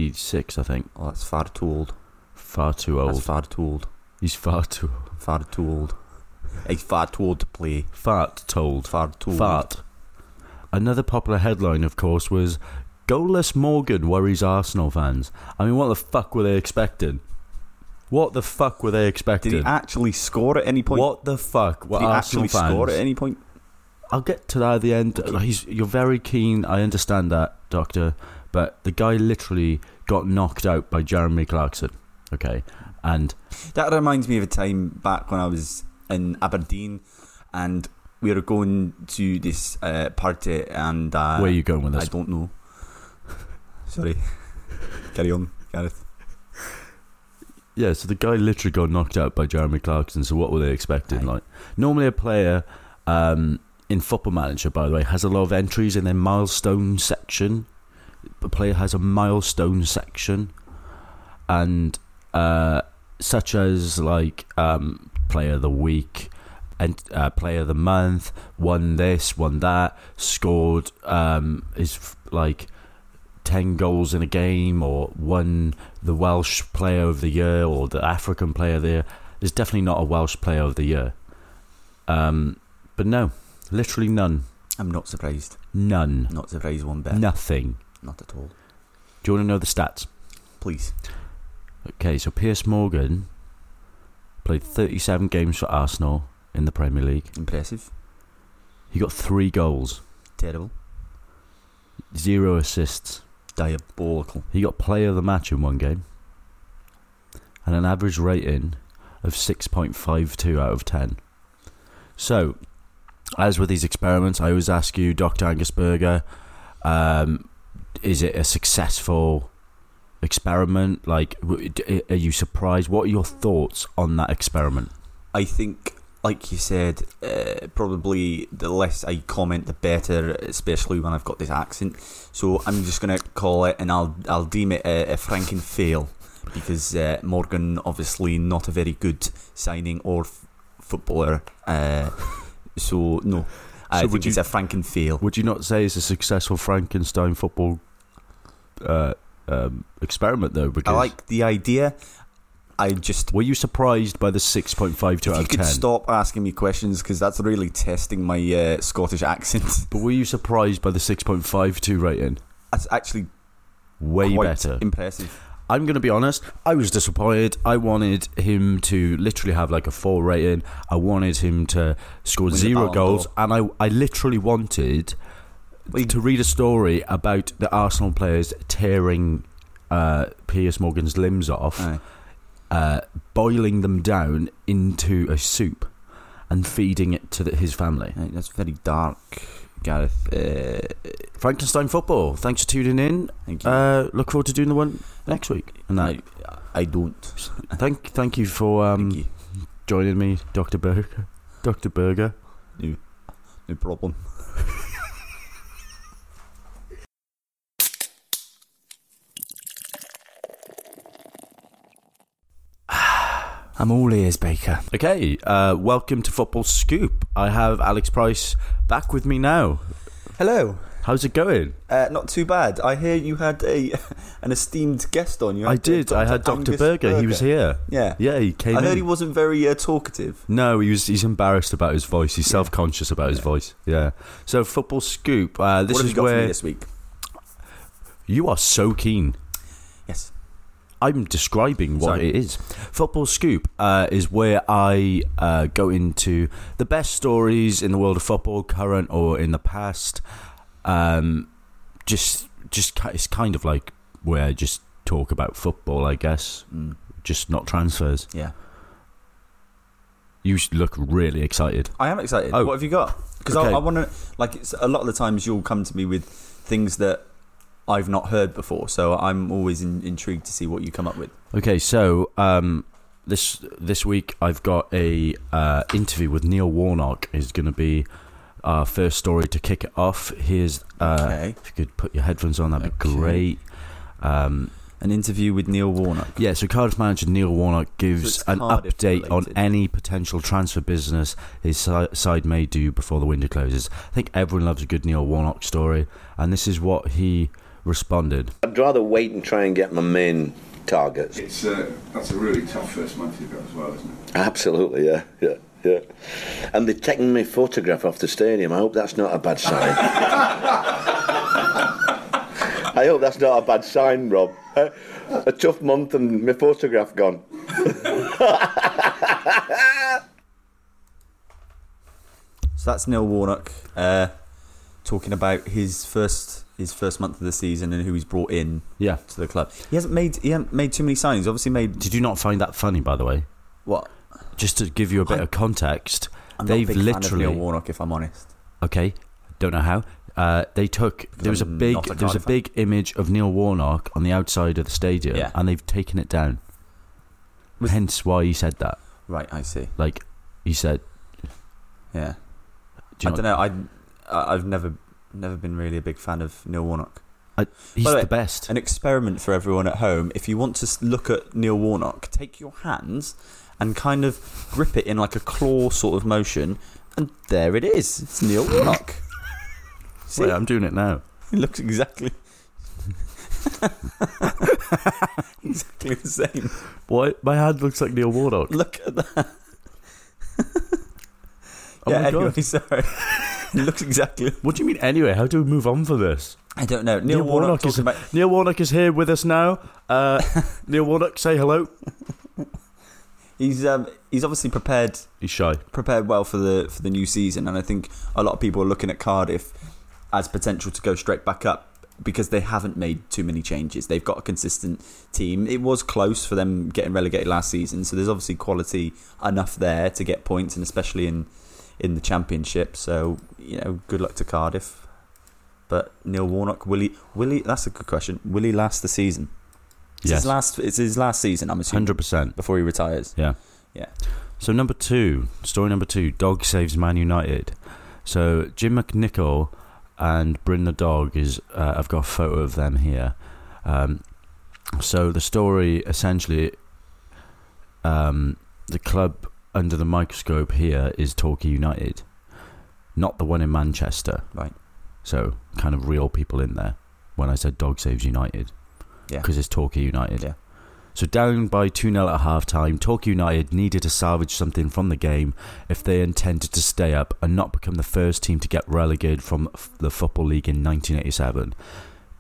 C: fifty-six, I think.
A: Oh, that's far too old.
C: Far too old.
A: That's far too old.
C: he's far too
A: Far too old. He's far too old to play.
C: fart told.
A: Far too old.
C: Fart. Another popular headline, of course, was Goalless Morgan worries Arsenal fans. I mean, what the fuck were they expecting? What the fuck were they expecting?
A: Did he actually score at any point?
C: What the fuck were
A: Did he
C: Arsenal
A: actually
C: fans?
A: score at any point?
C: I'll get to that at the end. He's, you're very keen. I understand that, Doctor. But the guy literally got knocked out by Jeremy Clarkson. Okay. And
A: That reminds me of a time back when I was in Aberdeen and we were going to this uh, party and uh,
C: where are you going with
A: I
C: this?
A: don't know. Sorry. Carry on, Gareth.
C: Yeah, so the guy literally got knocked out by Jeremy Clarkson. So what were they expecting?
A: Aye.
C: Like normally a player um, in Football Manager, by the way, has a lot of entries in their milestone section. A player has a milestone section, and uh, such as like um, player of the week and uh, player of the month, won this, won that, scored um, is f- like ten goals in a game, or won the Welsh player of the year or the African player of the year. There's definitely not a Welsh player of the year, um, but no, literally none,
A: I'm not surprised.
C: none,
A: Not surprised one bit.
C: nothing.
A: Not at all.
C: Do you want to know the stats?
A: Please.
C: Okay, so Pierce Morgan played 37 games for Arsenal in the Premier League.
A: Impressive.
C: He got three goals,
A: Terrible.
C: zero assists.
A: Diabolical.
C: He got player of the match in one game and an average rating of 6.52 out of 10. So, as with these experiments, I always ask you, Dr. Angus Berger, um, is it a successful experiment? Like, w- d- are you surprised? What are your thoughts on that experiment?
A: I think, like you said, uh, probably the less I comment, the better, especially when I've got this accent. So I'm just going to call it, and I'll I'll deem it a, a franken fail because uh, Morgan obviously not a very good signing or f- footballer. Uh, so no, I
C: So would
A: think it's
C: you-
A: a franken fail.
C: Would you not say it's a successful Frankenstein football uh, um, experiment, though?
A: I
C: Because
A: like the idea. I just
C: Were you surprised by the 6.52
A: if
C: out
A: you
C: of
A: could
C: 10?
A: stop asking me questions because that's really testing my uh, Scottish accent.
C: But were you surprised by the 6.52 rating?
A: That's actually
C: Way
A: quite
C: better.
A: impressive.
C: I'm going to be honest, I was disappointed. I wanted him to literally have like a 4 rating. I wanted him to score
A: Win the
C: zero
A: Ballon
C: goals.
A: d'Or.
C: And I, I literally wanted to read a story about the Arsenal players tearing uh, Piers Morgan's limbs off.
A: Aye.
C: uh, boiling them down into a soup and feeding it to the, his family.
A: Right, that's very dark, Gareth. Uh,
C: Frankenstein football. Thanks for tuning in.
A: thank you.
C: Uh, look forward to doing the one next week. And that,
A: I, I don't.
C: thank thank you for um,
A: thank you.
C: joining me, Doctor Berger. Doctor Berger.
A: No problem. I'm all ears, Baker.
C: Okay, uh, welcome to Football Scoop. I have Alex Price back with me now.
A: Hello.
C: How's it going?
A: Uh, not too bad. I hear you had a an esteemed guest on. You
C: I
A: had, uh,
C: did. I had Doctor
A: Angus
C: Berger. He was here.
A: Yeah.
C: Yeah, he came
A: I heard
C: in.
A: he wasn't very uh, talkative.
C: No, he was, he's embarrassed about his voice. He's self conscious about his voice. Yeah. So, football scoop. Uh, this
A: what have
C: is
A: you got for
C: where
A: me this week?
C: you are so keen.
A: Yes.
C: I'm describing what
A: Sorry.
C: it is. Football Scoop uh, is where I uh, go into the best stories in the world of football, current or in the past. Um, just, just ki- it's kind of like where I just talk about football, I guess.
A: Mm,
C: Just not transfers.
A: yeah.
C: You look really excited.
A: I am excited.
C: Oh.
A: What have you got? Because
C: Okay.
A: I, I want to, like, it's, a lot of the times you'll come to me with things that I've not heard before. So I'm always in, intrigued to see what you come up with.
C: Okay, so um, this this week I've got a uh, interview with Neil Warnock. Is going to be our first story to kick it off. Here's uh,
A: okay.
C: if you could put your headphones on, that'd be
A: Okay.
C: great. Um,
A: An interview with Neil Warnock.
C: yeah, so Cardiff manager Neil Warnock gives
A: So it's
C: an
A: Cardiff
C: update on
A: related.
C: any potential transfer business his si- side may do before the window closes. I think everyone loves a good Neil Warnock story, and this is what he responded.
J: I'd rather wait and try and get my main targets.
K: It's uh, that's a really tough first month you've got as well, isn't it?
J: Absolutely, yeah, yeah, yeah. And they've taken my photograph off the stadium. I hope that's not a bad sign. I hope that's not a bad sign, Rob. Uh, a tough month and my photograph gone.
A: So that's Neil Warnock uh, talking about his first his first month of the season and who he's brought in
C: Yeah.
A: to the club. He hasn't made he hasn't made too many signings. Obviously made
C: Did you not find that funny, by the way?
A: what?
C: just to give you a bit
A: I'm-
C: of context,
A: I'm not a
C: they've
A: big fan of
C: literally
A: Neil Warnock, if I'm honest.
C: okay. Don't know how. Uh, they took there was
A: I'm
C: a big
A: not a
C: there was a
A: Cardiff
C: big image of Neil Warnock on the outside of the stadium,
A: Yeah.
C: and they've taken it down.
A: Was-
C: Hence why he said that.
A: Right, I see.
C: Like he said,
A: Yeah,
C: do
A: I
C: you not-
A: don't know. I I- I've never never been really a big fan of Neil Warnock.
C: I, he's
A: By
C: the
A: way,
C: best.
A: An experiment for everyone at home. If you want to s- look at Neil Warnock, take your hands and kind of grip it in like a claw sort of motion, and there it is. It's Neil Warnock. See,
C: Wait, I'm doing it now.
A: it looks exactly exactly the same.
C: Why? My hand looks like Neil Warnock.
A: Look at that.
C: Oh
A: yeah,
C: my
A: anyway,
C: god.
A: sorry. It looks exactly.
C: What do you mean? Anyway, how do we move on for this?
A: I don't know. Neil,
C: Neil
A: Warnock,
C: Warnock
A: talking
C: is-
A: about
C: Neil Warnock is here with us now. Uh, Neil Warnock, say hello.
A: he's um he's obviously prepared
C: He's shy.
A: prepared well for the for the new season, and I think a lot of people are looking at Cardiff as potential to go straight back up because they haven't made too many changes. They've got a consistent team. It was close for them getting relegated last season, so there's obviously quality enough there to get points, and especially in in the championship. So you know, good luck to Cardiff. But Neil Warnock, will he? Will he? That's a good question. Will he last the season? It's
C: Yes.
A: his last. It's his last season. I'm assuming
C: Hundred percent.
A: before he retires.
C: Yeah.
A: Yeah.
C: So number two, story number two, dog saves Man United. So Jim McNichol and Bryn the dog is. Uh, I've got a photo of them here. Um, so the story essentially, um, the club under the microscope here is Torquay United, not the one in Manchester.
A: Right.
C: So kind of real people in there. When I said dog saves United,
A: Yeah.
C: because it's Torquay United.
A: Yeah.
C: So down by 2 0 at half time, Torquay United needed to salvage something from the game if they intended to stay up and not become the first team to get relegated from f- the Football League in 1987.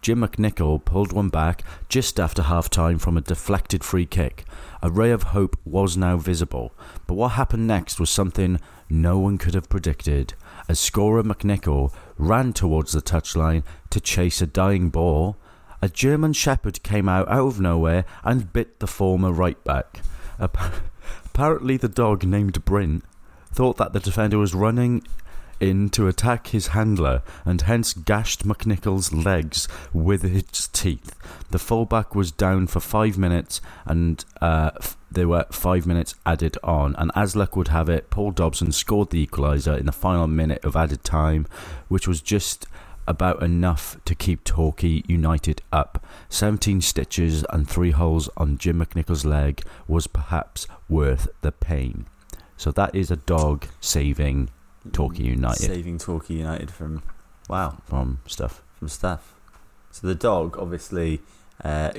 C: Jim McNichol pulled one back just after half time from a deflected free kick. A ray of hope was now visible, but what happened next was something no one could have predicted. As scorer McNichol ran towards the touchline to chase a dying ball, a German shepherd came out out of nowhere and bit the former right back. Appa- Apparently, the dog named Brint thought that the defender was running in to attack his handler and hence gashed McNichol's legs with its teeth. The fullback was down for five minutes and uh, f- there were five minutes added on. And as luck would have it, Paul Dobson scored the equaliser in the final minute of added time, which was just about enough to keep Torquay United up. 17 stitches and three holes on Jim McNichol's leg was perhaps worth the pain. So that is a dog saving Torquay United
A: saving Torquay United from wow
C: from stuff.
A: from staff. So the dog obviously uh,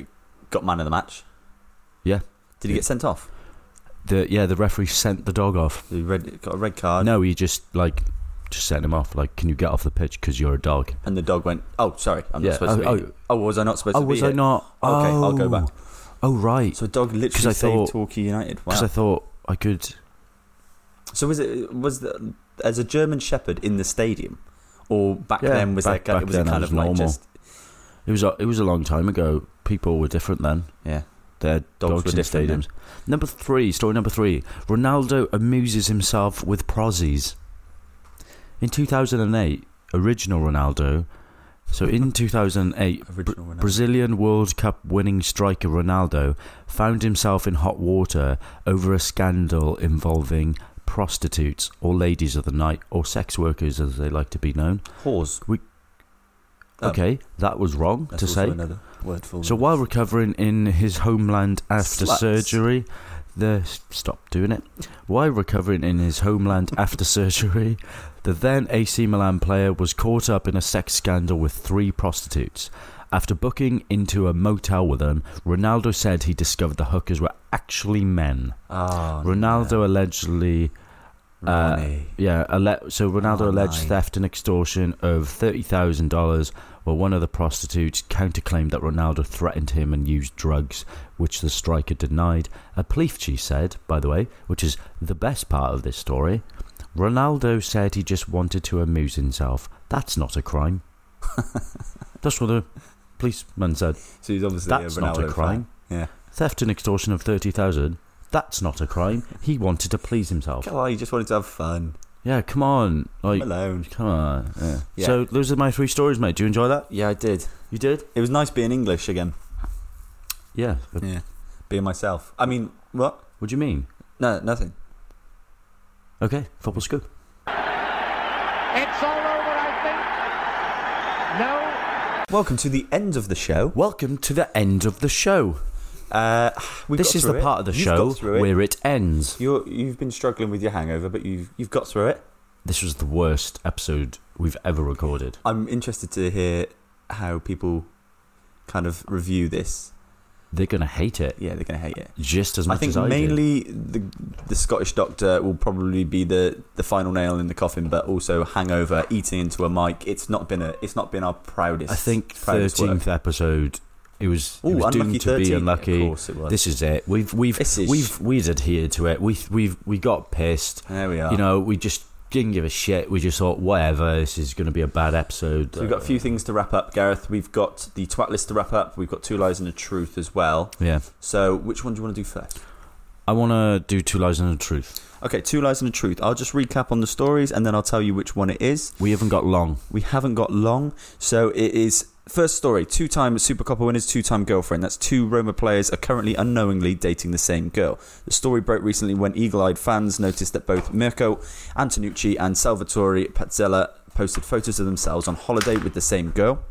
A: got man of the match.
C: Yeah.
A: Did he get sent off?
C: The yeah, the referee sent the dog off.
A: He red, got a red card,
C: No, he just like just sent him off. Like, can you get off the pitch because you're a dog?
A: and the dog went. Oh, sorry, I'm
C: Yeah,
A: not supposed
C: oh,
A: to be. Oh, was I not supposed
C: Oh,
A: to be?
C: was I
A: here?
C: not?
A: Okay, I'll go
C: Oh.
A: back.
C: Oh right,
A: So a dog
C: 'Cause I
A: literally saved
C: thought-
A: Torquay United. Wow.
C: because I thought I could.
A: so was it was the, as a German Shepherd in the stadium, or back
C: Yeah,
A: then was
C: back-
A: that
C: back
A: it was a
C: then I
A: kind
C: was
A: of like
C: normal.
A: just
C: It was a, it was a long time ago. People were different then.
A: yeah
C: Their
A: Dogs
C: dogs,
A: were
C: in
A: different then.
C: stadiums. Number three, story number three. Ronaldo amuses himself with prozzies. In 2008, original Ronaldo. So in 2008,
A: original one.
C: Brazilian World Cup winning striker Ronaldo found himself in hot water over a scandal involving prostitutes or ladies of the night or sex workers as they like to be known.
A: Pause. Um,
C: okay, that was wrong
A: That's
C: to
A: also
C: say.
A: another word for
C: So while recovering in his homeland after
A: Sluts.
C: surgery, the stop doing it. While recovering in his homeland after surgery, the then AC Milan player was caught up in a sex scandal with three prostitutes. After booking into a motel with them, Ronaldo said he discovered the hookers were actually men.
A: oh,
C: Ronaldo allegedly
A: no.
C: uh,
A: Ronnie.
C: yeah, alle- so Ronaldo
A: Oh,
C: alleged
A: my.
C: theft and extortion of thirty thousand dollars, while one of the prostitutes counterclaimed that Ronaldo threatened him and used drugs, which the striker denied. A police chief said, by the way, which is the best part of this story. Ronaldo said he just wanted to amuse himself. That's not a crime. That's what the policeman said.
A: so he's obviously
C: That's
A: a Ronaldo
C: not a
A: fan.
C: crime.
A: Yeah.
C: Theft and extortion of thirty thousand. That's not a crime. He wanted to please himself.
A: Come on, you just wanted to have fun.
C: Yeah, come on, like.
A: I'm alone.
C: Come on. Yeah.
A: Yeah.
C: So those are my three stories, mate. Do you enjoy that?
A: Yeah, I did.
C: You did?
A: It was nice being English again.
C: Yeah.
A: Yeah. Being myself. I mean, what?
C: What do you mean?
A: No, nothing.
C: Okay, football scoop.
H: It's all over, I think. No.
A: Welcome to the end of the show.
C: Welcome to the end of the show.
A: Uh, we've
C: this
A: got
C: is
A: through
C: the
A: it.
C: part of the
A: You've
C: show
A: got through it.
C: where it ends.
A: You're, you've been struggling with your hangover, but you've you've got through it.
C: This was the worst episode we've ever recorded.
A: I'm interested to hear how people kind of review this.
C: They're gonna hate it
A: Yeah, they're going to hate it.
C: just as much
A: I think
C: as I did.
A: mainly the the Scottish Doctor will probably be the, the final nail in the coffin, but also Hangover, eating into a mic. It's not been a it's not been our proudest.
C: I think
A: proudest work.
C: thirteenth episode. It was, it
A: Ooh,
C: was
A: unlucky
C: doomed to
A: 13th.
C: be
A: Of
C: unlucky.
A: course it was.
C: This is it. We've we've
A: This is-
C: we've we've adhered to it. We we've we got pissed.
A: There we are.
C: You know, we just didn't give a shit. We just thought, whatever. This is going to be a bad episode.
A: So we've got a few things to wrap up, Gareth. We've got the twat list to wrap up. We've got two lies and a truth as well.
C: Yeah,
A: So which one do you want to do first?
C: I want to do two lies and a truth.
A: Okay, two lies and a truth. I'll just recap on the stories and then I'll tell you which one it is.
C: We haven't got long.
A: We haven't got long, so it is first story. Two-time Super Coppa winners, two-time girlfriend. That's two Roma players are currently unknowingly dating the same girl. The story broke recently when eagle-eyed fans noticed that both Mirko Antonucci and Salvatore Pazzella posted photos of themselves on holiday with the same girl.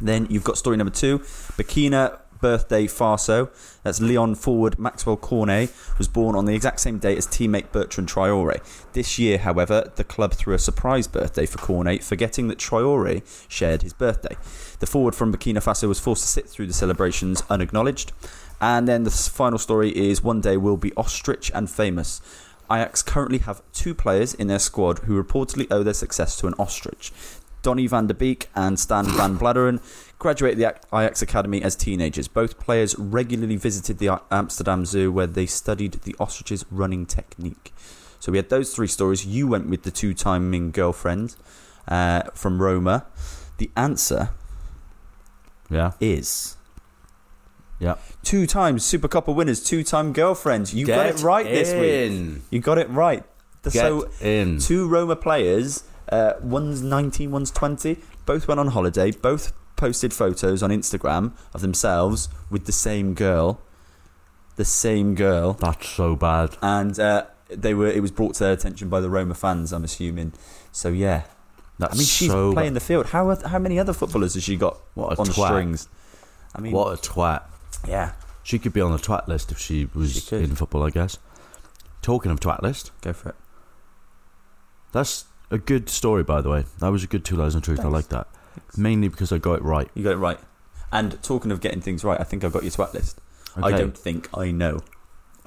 A: Then you've got story number two, Burkina Birthday Faso. That's Leon forward Maxwell Cornet was born on the exact same day as teammate Bertrand Traore. This year, however, the club threw a surprise birthday for Cornet, forgetting that Traore shared his birthday. The forward from Burkina Faso was forced to sit through the celebrations unacknowledged. And then the s- final story is one day we'll be ostrich and famous. Ajax currently have two players in their squad who reportedly owe their success to an ostrich. Donny van der Beek and Stan van Bladeren graduated the Ajax Academy as teenagers. Both players regularly visited the Amsterdam Zoo where they studied the ostrich's running technique. So we had those three stories. You went with the two time Ming girlfriend uh, from Roma. The answer
C: Yeah,
A: is.
C: Yeah.
A: Two times Super Coppa winners, two time girlfriends. You got
C: Get
A: it right this week.
C: in.
A: You got it right. The-
C: Get
A: so
C: in.
A: two Roma players, uh, one's 19, one's 20, both went on holiday, both posted photos on Instagram of themselves with the same girl, the same girl,
C: That's so bad.
A: and uh, they were. It was brought to their attention by the Roma fans, I'm assuming. So yeah,
C: That's
A: I mean she's
C: so
A: playing the field. How are- how many other footballers has she got
C: What a
A: on
C: twat.
A: strings? I
C: bad.
A: mean,
C: What a twat.
A: yeah,
C: She could be on the twat list if she was
A: She could.
C: in football, I guess. Talking of twat list,
A: go for it.
C: that's a good story, by the way. That was a good two lies and a truth. I like that. Mainly because I got it right.
A: You got it right. And talking of getting things right, I think I've got your twat list. I
C: Okay.
A: don't think I know.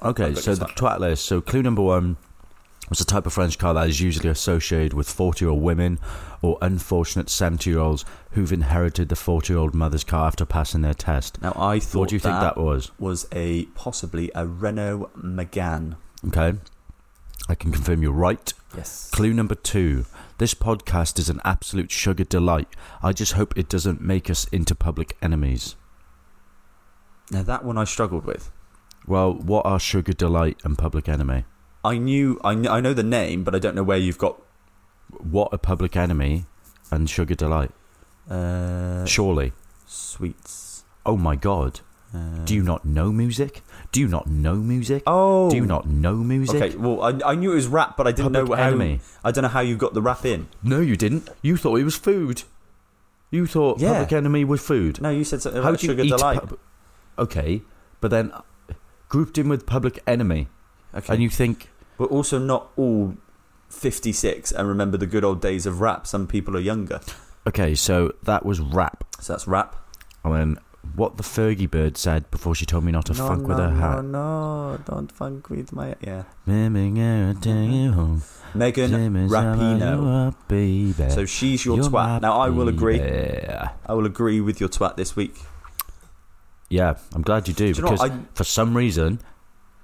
C: Okay,
A: I've got
C: so
A: your
C: the
A: twat.
C: twat list. So clue number one was the type of French car that is usually associated with 40 year old women or unfortunate 70 year olds who've inherited the 40 year old mother's car after passing their test.
A: Now I thought.
C: What do you think that was?
A: was a possibly a Renault Megane.
C: Okay. I can confirm you're right.
A: Yes.
C: Clue number two. This podcast is an absolute sugar delight. I just hope it doesn't make us into public enemies.
A: Now that one I struggled with.
C: Well, what are sugar delight and public enemy?
A: I knew I, kn- I know the name, but I don't know where you've got.
C: What are public enemy and sugar delight?
A: Uh,
C: Surely.
A: sweets.
C: Oh my god.
A: Uh,
C: Do you not know music? Do you not know music?
A: Oh.
C: Do you not know music?
A: Okay. Well, I, I knew it was rap, but I didn't
C: Public
A: know how.
C: Enemy.
A: I don't know how you got the rap in.
C: No, you didn't. You thought it was food. You thought
A: Yeah.
C: public enemy was food.
A: No, you said something
C: How
A: about
C: do you
A: sugar
C: eat
A: delight.
C: pub- okay, but then uh, grouped in with public enemy,
A: okay.
C: and you think
A: We're also not all fifty-six and remember the good old days of rap. Some people are younger,
C: Okay, so that was rap.
A: so that's rap.
C: And then what the Fergie bird said before she told me not to
A: no,
C: funk
A: no,
C: with her hat.
A: No, no, don't funk with my yeah.
C: Megan
A: Megan Rapino.
C: baby.
A: So she's your
C: You're my
A: twat. Now I will agree.
C: baby.
A: I will agree with your twat this week.
C: Yeah, I'm glad you do,
A: Do you know
C: because
A: what, I-
C: for some reason,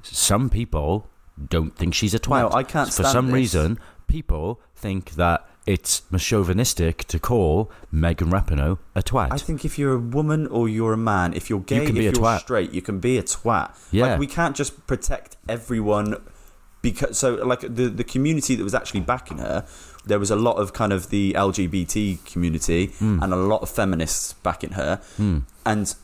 C: some people don't think she's a
A: No,
C: twat.
A: I can't
C: For
A: stand
C: some
A: this.
C: reason, people think that it's chauvinistic to call Megan Rapinoe a twat.
A: I think if you're a woman or you're a man, if you're gay,
C: can
A: if
C: be a
A: you're
C: twat.
A: straight, you can be a twat.
C: Yeah.
A: Like, we can't just protect everyone because so like the the community that was actually backing her, there was a lot of kind of the LGBT community
C: Hmm.
A: and a lot of feminists backing her, and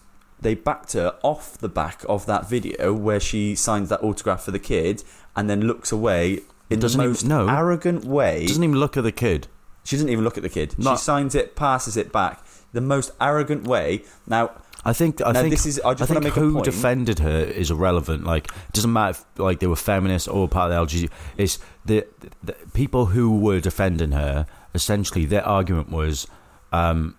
A: they backed her off the back of that video where she signs that autograph for the kid and then looks away in
C: Doesn't
A: the
C: even-
A: most
C: no.
A: arrogant way.
C: Doesn't even look at the kid.
A: She doesn't even look at the kid.
C: No.
A: She signs it, passes it back. The most arrogant way. Now,
C: I think I
A: Now,
C: think
A: this is- I just wanna
C: think
A: make a
C: who
A: point.
C: defended her is irrelevant. Like it doesn't matter if like they were feminists or part of the LGBT. It's the, the people who were defending her. Essentially, their argument was, um,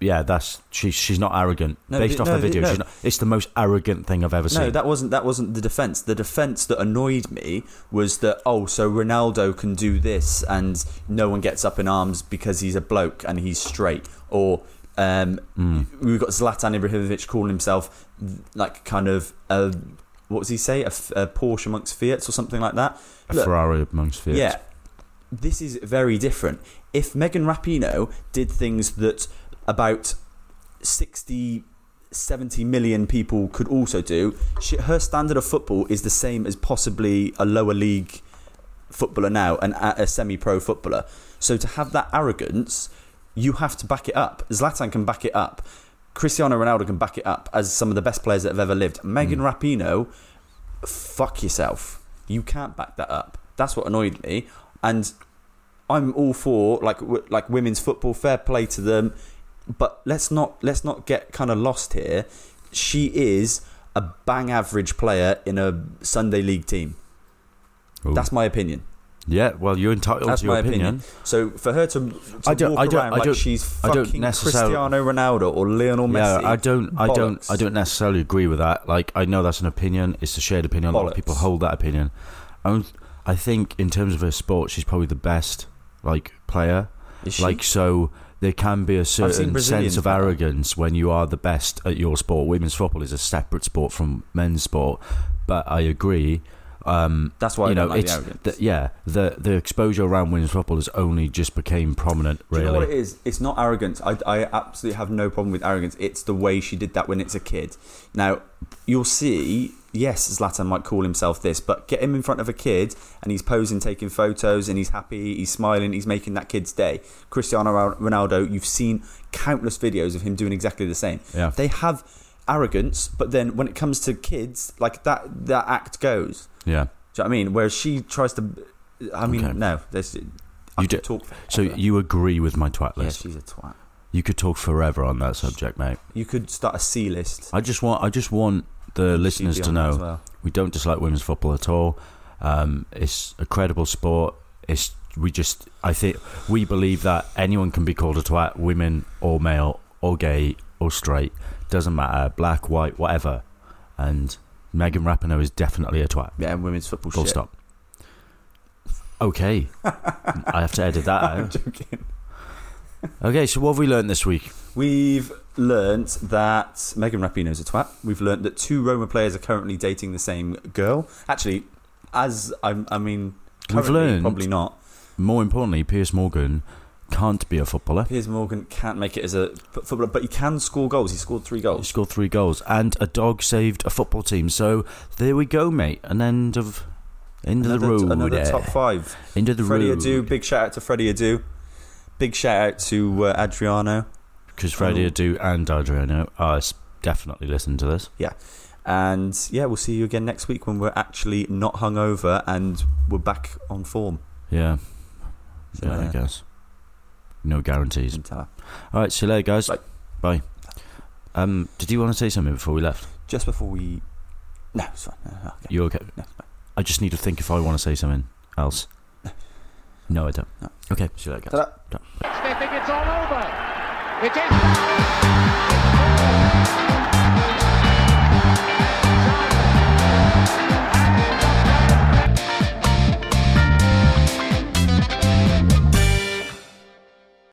C: yeah, that's she, she's not arrogant
A: No,
C: based
A: the-
C: off
A: no,
C: the
A: the-
C: video.
A: no.
C: She's not, it's the most arrogant thing I've ever
A: no,
C: seen.
A: that wasn't that wasn't the defense. The defense that annoyed me was that oh, so Ronaldo can do this, and no one gets up in arms because he's a bloke and he's straight, or um, we've got Zlatan Ibrahimovic calling himself like kind of a what does he say a, f- a Porsche amongst Fiats or something like that.
C: A
A: Look,
C: Ferrari amongst Fiat.
A: yeah, this is very different. If Megan Rapinoe did things that about 60, 70 million people could also do, she, her standard of football is the same as possibly a lower league footballer now and a, a semi-pro footballer. So to have that arrogance, you have to back it up. Zlatan can back it up. Cristiano Ronaldo can back it up as some of the best players that have ever lived. Megan Rapinoe, fuck yourself. You can't back that up. That's what annoyed me. And I'm all for like w- like women's football. Fair play to them, but let's not let's not get kind of lost here. She is a bang average player in a Sunday league team.
C: Ooh.
A: That's my opinion.
C: yeah. Well, you're entitled
A: That's
C: to your
A: my opinion. So for her to, to
C: I don't-
A: walk
C: I don't-
A: around
C: I
A: like
C: don't-
A: she's
C: I don't
A: fucking
C: necessarily-
A: Cristiano Ronaldo or Lionel Messi.
C: Yeah, I don't, I don't,
A: bollocks.
C: I don't necessarily agree with that. Like, I know that's an opinion; it's a shared opinion. A lot of people
A: Bollocks.
C: hold that opinion. I, I think, in terms of her sport, she's probably the best like player.
A: Is she?
C: Like, so there can be a
A: seen
C: certain
A: Brazilians
C: sense of
A: do that.
C: arrogance when you are the best at your sport. Women's football is a separate sport from men's sport, but I agree. Um,
A: That's why I
C: you know
A: don't like the
C: it's
A: arrogance.
C: the- yeah the the exposure around women's football has only just became prominent.
A: Do
C: Really,
A: you know what it is? It's not arrogance. I, I absolutely have no problem with arrogance. It's the way she did that when it's a kid. Now, you'll see, yes, Zlatan might call himself this, but get him in front of a kid and he's posing, taking photos, and he's happy, he's smiling, he's making that kid's day. Cristiano Ronaldo, you've seen countless videos of him doing exactly the same.
C: Yeah.
A: They have arrogance, but then when it comes to kids, like that, that act goes.
C: yeah.
A: Do you know what I mean? Whereas she tries to. I mean,
C: Okay.
A: no. There's, you
C: You do-
A: talk.
C: So
A: forever.
C: you agree with my twat
A: Yeah,
C: list?
A: she's a twat.
C: You could talk forever on that subject, mate.
A: You could start a C list.
C: I just want I just want the listeners
A: She'd be
C: to
A: on that as
C: know
A: well.
C: we don't dislike women's football at all. Um, it's a credible sport. It's we just I think we believe that anyone can be called a twat, women or male or gay or straight, doesn't matter, black, white, whatever. And Megan Rapinoe is definitely a twat.
A: Yeah, and women's football.
C: Full
A: shit.
C: stop. Okay, I have to edit that
A: I'm
C: out.
A: joking.
C: Okay, so what have we learned this week?
A: We've learnt that Megan Rapinoe's a twat. We've learnt that two Roma players are currently dating the same girl. Actually, as I'm, I mean,
C: We've
A: currently,
C: learned-
A: probably not.
C: More importantly, Piers Morgan can't be a footballer.
A: Piers Morgan can't make it as a f- footballer, but he can score goals. He scored three
C: He
A: goals.
C: scored three goals, and a dog saved a football team. So there we go, mate. An end of end of the
A: another,
C: road.
A: another
C: eh?
A: top five.
C: End of the
A: Freddie
C: road.
A: Adu, big shout out to Freddie Adu. Big shout out to uh, Adriano.
C: because Freddie
A: Oh.
C: Adu and Adriano are s- definitely listening to this.
A: And yeah, we'll see you again next week when we're actually not hungover and we're back on form.
C: Yeah,
A: So,
C: yeah, I
A: uh,
C: guess. No guarantees.
A: Inter.
C: All right, see you later, guys.
A: Bye.
C: Bye. Um, did you want to say something before we left?
A: just before we. No, it's fine. No, no, okay.
C: You okay?
A: No, no.
C: I just need to think if I want to say something else. No, I don't.
A: No.
C: Okay, see you later, guys.
A: Ta-da.
H: They think it's all over. It is.